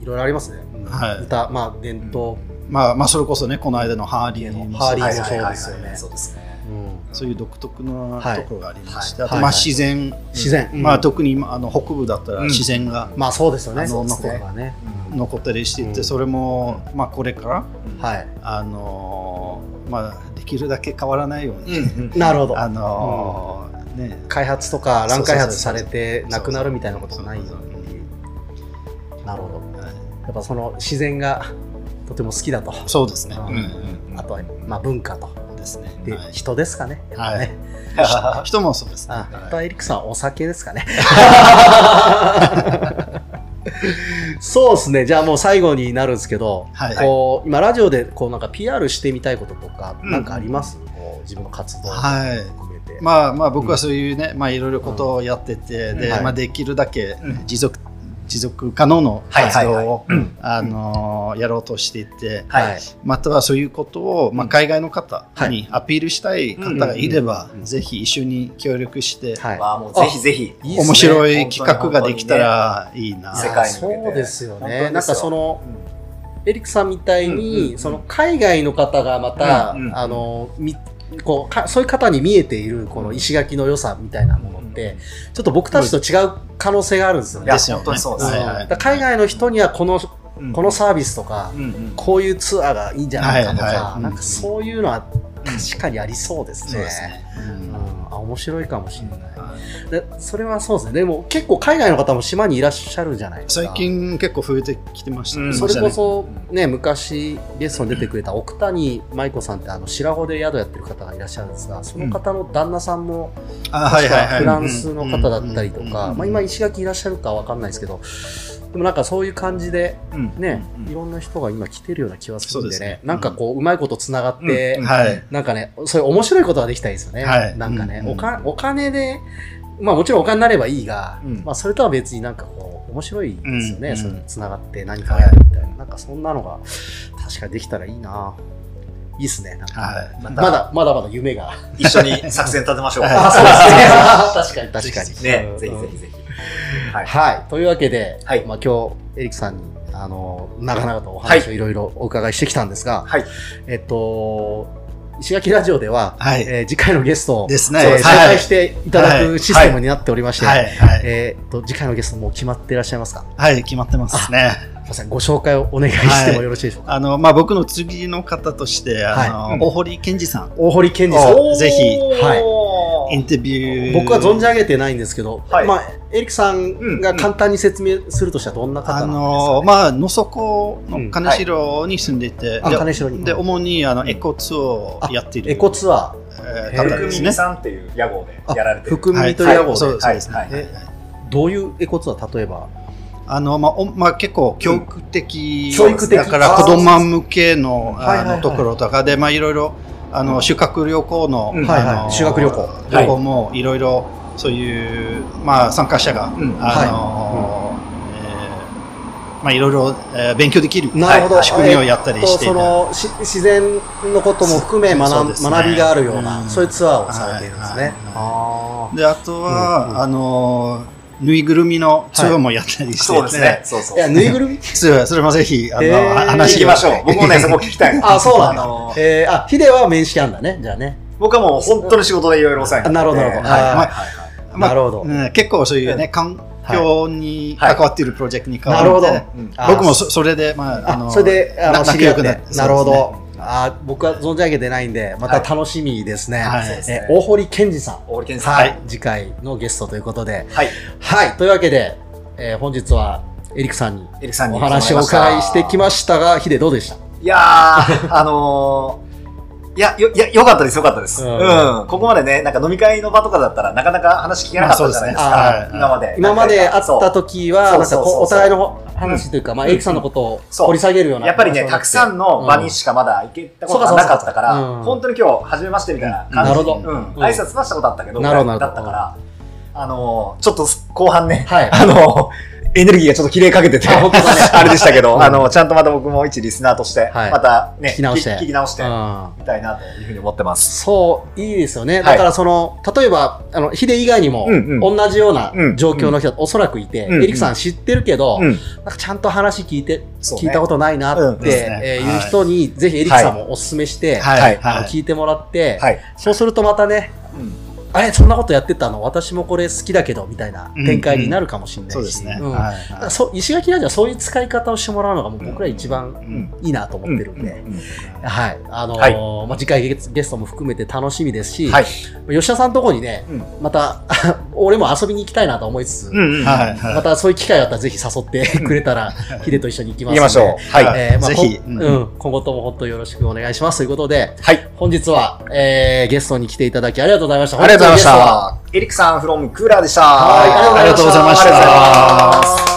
S2: いろいろありますね、うん
S3: はい
S2: 歌まあ伝統、
S3: まあ、まあそれこそねこの間のハーリーもそう
S2: ハーリー
S1: はい
S2: も
S1: はいはいはい
S2: そうですよね
S1: そうですね
S2: うん
S3: そういう独特な
S2: はい
S3: ところがありまして、
S1: はい
S3: あと
S2: は
S3: ま
S2: い
S3: あ自然、
S2: 自然、うん
S3: まあ、特に今あの北部だったら
S1: うん
S3: 自然が
S2: まあそうですよね
S3: あの
S2: そうですね
S3: 残ったりしていて、
S2: うん
S3: それも、まあ、これから、
S2: はい
S3: あのーまあ、できるだけ変わらないように、
S1: うん
S2: なるほど
S3: あのーね、
S2: 開発とか乱開発されて
S3: そうそうそう
S2: なくなるみたいなことないよう
S3: そうそう
S2: になるほど
S3: はい
S2: やっぱその自然がとても好きだと。
S3: そうですね。
S2: あー
S3: うんうん
S2: あとは、まあ、文化と。
S3: ですね。
S2: で、
S3: はい
S2: 人ですかね。やっぱ
S3: は
S2: ね
S3: い。 ひ人もそうですね。
S2: あ
S3: はい
S2: あとはエリックさんはお酒ですかね。 そうですね。じゃあもう最後になるんですけど、
S3: はい
S2: こう今ラジオでこうなんか PR してみたいこととか、
S3: うん
S2: なんかありますこう自分の活動を
S3: はい。
S2: 含めて。
S3: まあまあ僕はそういうね、まあいろいろことをやってて、
S1: うん
S3: で、
S2: はい
S3: まあできるだけ
S1: うん
S3: 持続、持続可能の活動
S1: は
S3: を、
S1: いはいはいうん
S3: あのーやろうとしていて、
S1: はい。
S3: またはそういうことを、まあ、海外の方にアピールしたい方がいれば、
S2: うんうん
S3: ぜひ一緒に協力して、
S2: はい
S1: まあもうぜひぜひ。
S2: いいっすね
S3: 面白い企画ができたらいいな。
S1: 世界に向けて
S2: そうですよ
S1: 本当
S2: ね
S1: ですよ
S2: なんかそのエリックさんみたいに、
S1: うんうんうん
S2: その海外の方がまた、
S1: うんうんうん
S2: あのみこうかそういう方に見えているこの石垣の良さみたいなものって、ちょっと僕たちと違う可能性があるんですよ
S1: い
S2: ね
S1: や。
S3: ですよ
S1: 本
S3: ね
S1: 当にそうで
S2: うん
S1: す。
S3: はい
S2: だから海外の人にはこのこ
S1: うん
S2: のサービスとか、
S1: うんうん
S2: こういうツアーがいいんじゃないかとか、
S3: はいはい
S2: なんかそういうのは確かにありそうですね。
S3: そうですね。
S2: うん、あ面白いかもしれない、
S3: は
S2: でそれはそうですねでも結構海外の方も島にいらっしゃるじゃないですか
S3: 最近結構増えてきてましたね、
S1: うん
S2: それこそ
S1: う
S2: ね昔ゲストに出てくれた奥谷舞子さんってあの白穂で宿やってる方がいらっしゃるんですがその方の旦那さんも
S3: あはい
S2: 確
S3: は
S2: か
S3: いはい
S2: フランスの方だったりとか
S1: ん
S2: まあ今石垣いらっしゃるかわかんないですけどでもなんかそういう感じで
S1: うん
S2: ね
S1: うん
S2: いろんな人が今来てるような気がするんで
S3: そうで
S2: ね
S3: すね
S2: なんかこううまいことつながって
S1: うん
S3: はい
S2: なんかね、そういう面白いことができたらいいですよね。
S3: はい
S2: なんかね、
S3: うん
S2: おかお金で、まあもちろんお金になればいいが、
S1: うん
S2: まあそれとは別になんかこう、面白いですよね。
S3: うん
S2: それ
S3: うん
S2: つながって何かをやるみたいな。なんかそんなのが、確かにできたらいいな。いいっすね。なんか
S3: はい
S1: ま
S2: ま
S1: た
S2: だ、まだまだ夢が。
S1: 一緒に作戦立てましょう。
S3: あ
S2: そう ですね。確かに確かに。
S1: ね
S2: う、ん
S1: ぜひぜひぜひ。はい。
S2: はい。というわけで、
S1: はい
S2: まあ今日、エリックさんに、あの、長々とお話をいろいろお伺いしてきたんですが、
S1: はい。
S2: えっと、石垣ラジオでは、
S3: はい
S2: えー次回のゲストを、
S3: です
S2: えー
S3: ね
S2: 紹
S3: はい
S2: 介していただくシステムになっておりまして、
S3: はいはい、
S2: えー、と次回のゲストもう決まっていらっしゃいますか
S3: はい、決まってますね
S2: すいませんご紹介をお願いしてもよろしいでしょうか、
S3: あの、まあ、僕の次の方としてあの、
S1: はい
S3: 大堀健二さん
S2: 大堀健二さん
S3: おぜひ
S1: は
S3: インタビュー
S2: 僕は存じ上げてないんですけど、
S1: はい
S2: まあ、エリックさんが簡単に説明するとしたらどんな方な
S3: あ
S2: んですか、
S3: のまあ能登の金城に住んでいて、
S2: あ
S3: で
S2: 金城に
S3: で主にあのエコツアーをやっている
S2: エコツア
S3: えー
S2: へ
S1: い。
S3: 方
S2: ー
S3: で
S1: 福
S3: すね
S1: 耳。さんっていう屋号でやられてる。
S2: あ福耳
S3: はい
S2: と屋号で
S3: そうそうですね。
S1: はい
S2: はい
S3: はい
S2: ーどういうエコツアー例えば
S3: あのまあおまあ結構教育的、
S2: うん教育的
S3: だから
S1: あー
S3: 子供向けの
S2: はいはいは
S3: あ
S2: い
S3: のところとかでまあいろいろあの修学旅行の
S1: うん
S2: はいはい
S3: あの
S2: 修学旅行
S3: 旅行もいろいろそういうまあ参加者が
S1: うん
S3: あのえーまあいろいろえー勉強できる
S2: なるほど、
S3: 仕組みをやったりしてい
S2: えっとそ
S3: て。
S2: のし自然のことも含め
S3: そう
S2: 学,、
S3: ですね
S2: 学びがあるような、
S3: うん
S2: そういうツアーをされているんですね、
S3: はいはい
S2: あー
S3: であとは、
S2: うんうん
S3: あのぬいぐるみのツアーもやったりしてて、
S1: そうです ね。そうそう。
S2: いや、ぬいぐるみ
S3: ツアーそれもぜひあの、
S2: へー
S3: 話
S1: 聞
S3: を
S1: きましょう。僕もね、そこ聞きたいの。
S2: あ、そうなん
S1: あ
S2: だ
S1: の。
S2: えー、あ、ヒデは面識あんだね、じゃあね。
S1: 僕はもう本当に仕事でいろいろお世話になって
S2: あなるほどなるほど
S1: はい
S2: あー
S1: はいはい。
S3: まあ
S2: なるほど。
S3: うん結構そういうね環境に
S1: はい
S3: 関わっているプロジェクトに関
S2: な
S3: わ
S2: るほ
S3: って、
S2: ど。
S1: うん
S2: あ
S3: 僕もそそれでまあ
S2: あそれで、あの、
S3: な
S2: 知り合って、
S3: 仲良くなって
S2: なるほど
S3: そ。
S2: あー僕は存じ上げてないんで、また楽しみですね。
S3: はい
S1: そうです
S2: え
S1: ね
S2: ー大堀健二さん。
S1: 大森健さん。
S2: は
S1: はいい。。
S2: 次回のゲストということで。
S1: はい。
S2: はい。というわけで、えー本日はエリックさんに
S1: エリクさんに
S2: お話をお伺いしてきましたが、ヒデどうでした
S1: いや ー、あのー、いや、よ、いや、よかったです、よかったです。
S2: う
S1: うんん。ここまでね、なんか飲み会の場とかだったら、なかなか話聞けなかったじゃないですか。
S2: まあ
S3: そうですね
S1: 今まで。
S2: 今まで会った
S1: そ
S2: 時は、
S1: そ
S2: なん
S1: う
S2: か
S1: そうそう
S2: こうお
S1: そう
S2: 互いの話というか、まあ、エリックさんのことを
S1: そう
S2: 掘り下げるよう
S1: う
S2: な。
S1: やっぱりね、たくさんの場
S2: うん
S1: にしかまだ行けたことが
S2: そうか
S1: な
S2: そうか
S1: かったから、
S2: うん
S1: 本当に今日、初めましてみたいな感じ
S2: なるほど
S1: うん。
S2: うん
S1: 挨拶はしたことあったけど、
S2: なるほどなるほど
S1: だったから、あのー、ちょっと後半ね、
S2: はい。
S1: あのー、エネルギーがちょっと切れかけてて、
S2: あ本当だね
S1: あれでしたけど、
S2: うん
S1: あのー、ちゃんとまた僕も一リスナーとして、
S2: はい
S1: またね、
S2: 聞き直して
S1: 聞き直して、
S2: うん
S1: みたいなというふうに思ってます。
S2: そう、いいですよね。
S1: はい
S2: だからその、例えば、あの、ヒデ以外にも、
S1: うんうん
S2: 同じような
S1: うん
S2: 状況の人、おそらくいて、
S1: うんうん
S2: エリクさん知ってるけど、
S1: う
S2: な
S1: ん。
S2: んかちゃんと話聞いて、
S1: そうね
S2: 聞いたことないなっ
S1: うん
S2: て、
S3: ですね
S2: えー
S3: はい
S2: いう人に、ぜひエリクさんもお勧めして、
S3: はい
S1: はい
S2: あの聞いてもらって、
S1: はい。
S2: そうするとまたね、
S1: うん
S2: あれそんなことやってたの私もこれ好きだけどみたいな展開になるかもしれないし、
S3: そうですね。
S2: ん
S3: はい
S2: だか
S3: は
S2: ら
S3: い
S2: そう石垣ラジオはそういう使い方をしてもらうのがもう僕ら一番
S3: うん
S2: いいなと思ってるんで、はいあのー
S1: はい
S2: まあ、次回ゲスゲストも含めて楽しみですし、
S1: はい
S2: 吉田さんのところにね、
S1: うん
S2: また 俺も遊びに行きたいなと思いつつ、
S1: うんうん。
S3: はい
S2: ま
S3: は
S2: たそういう機会があったらぜひ誘ってくれたら、ヒデと一緒に行き
S1: 行
S2: ますので
S1: きましょう。はい。
S2: えーまあ
S3: ぜひ
S2: こんうん、今後とも本当よろしくお願いしますということで、
S1: はい。
S2: 本日は、えー、ゲストに来ていただきありがとうございました。
S1: ありがとうございまし
S2: 本日のゲストは
S1: た。エリックさん、フロムクーラーでした。
S2: はい、ありがとうございました。
S1: ありがとうございました。
S2: す。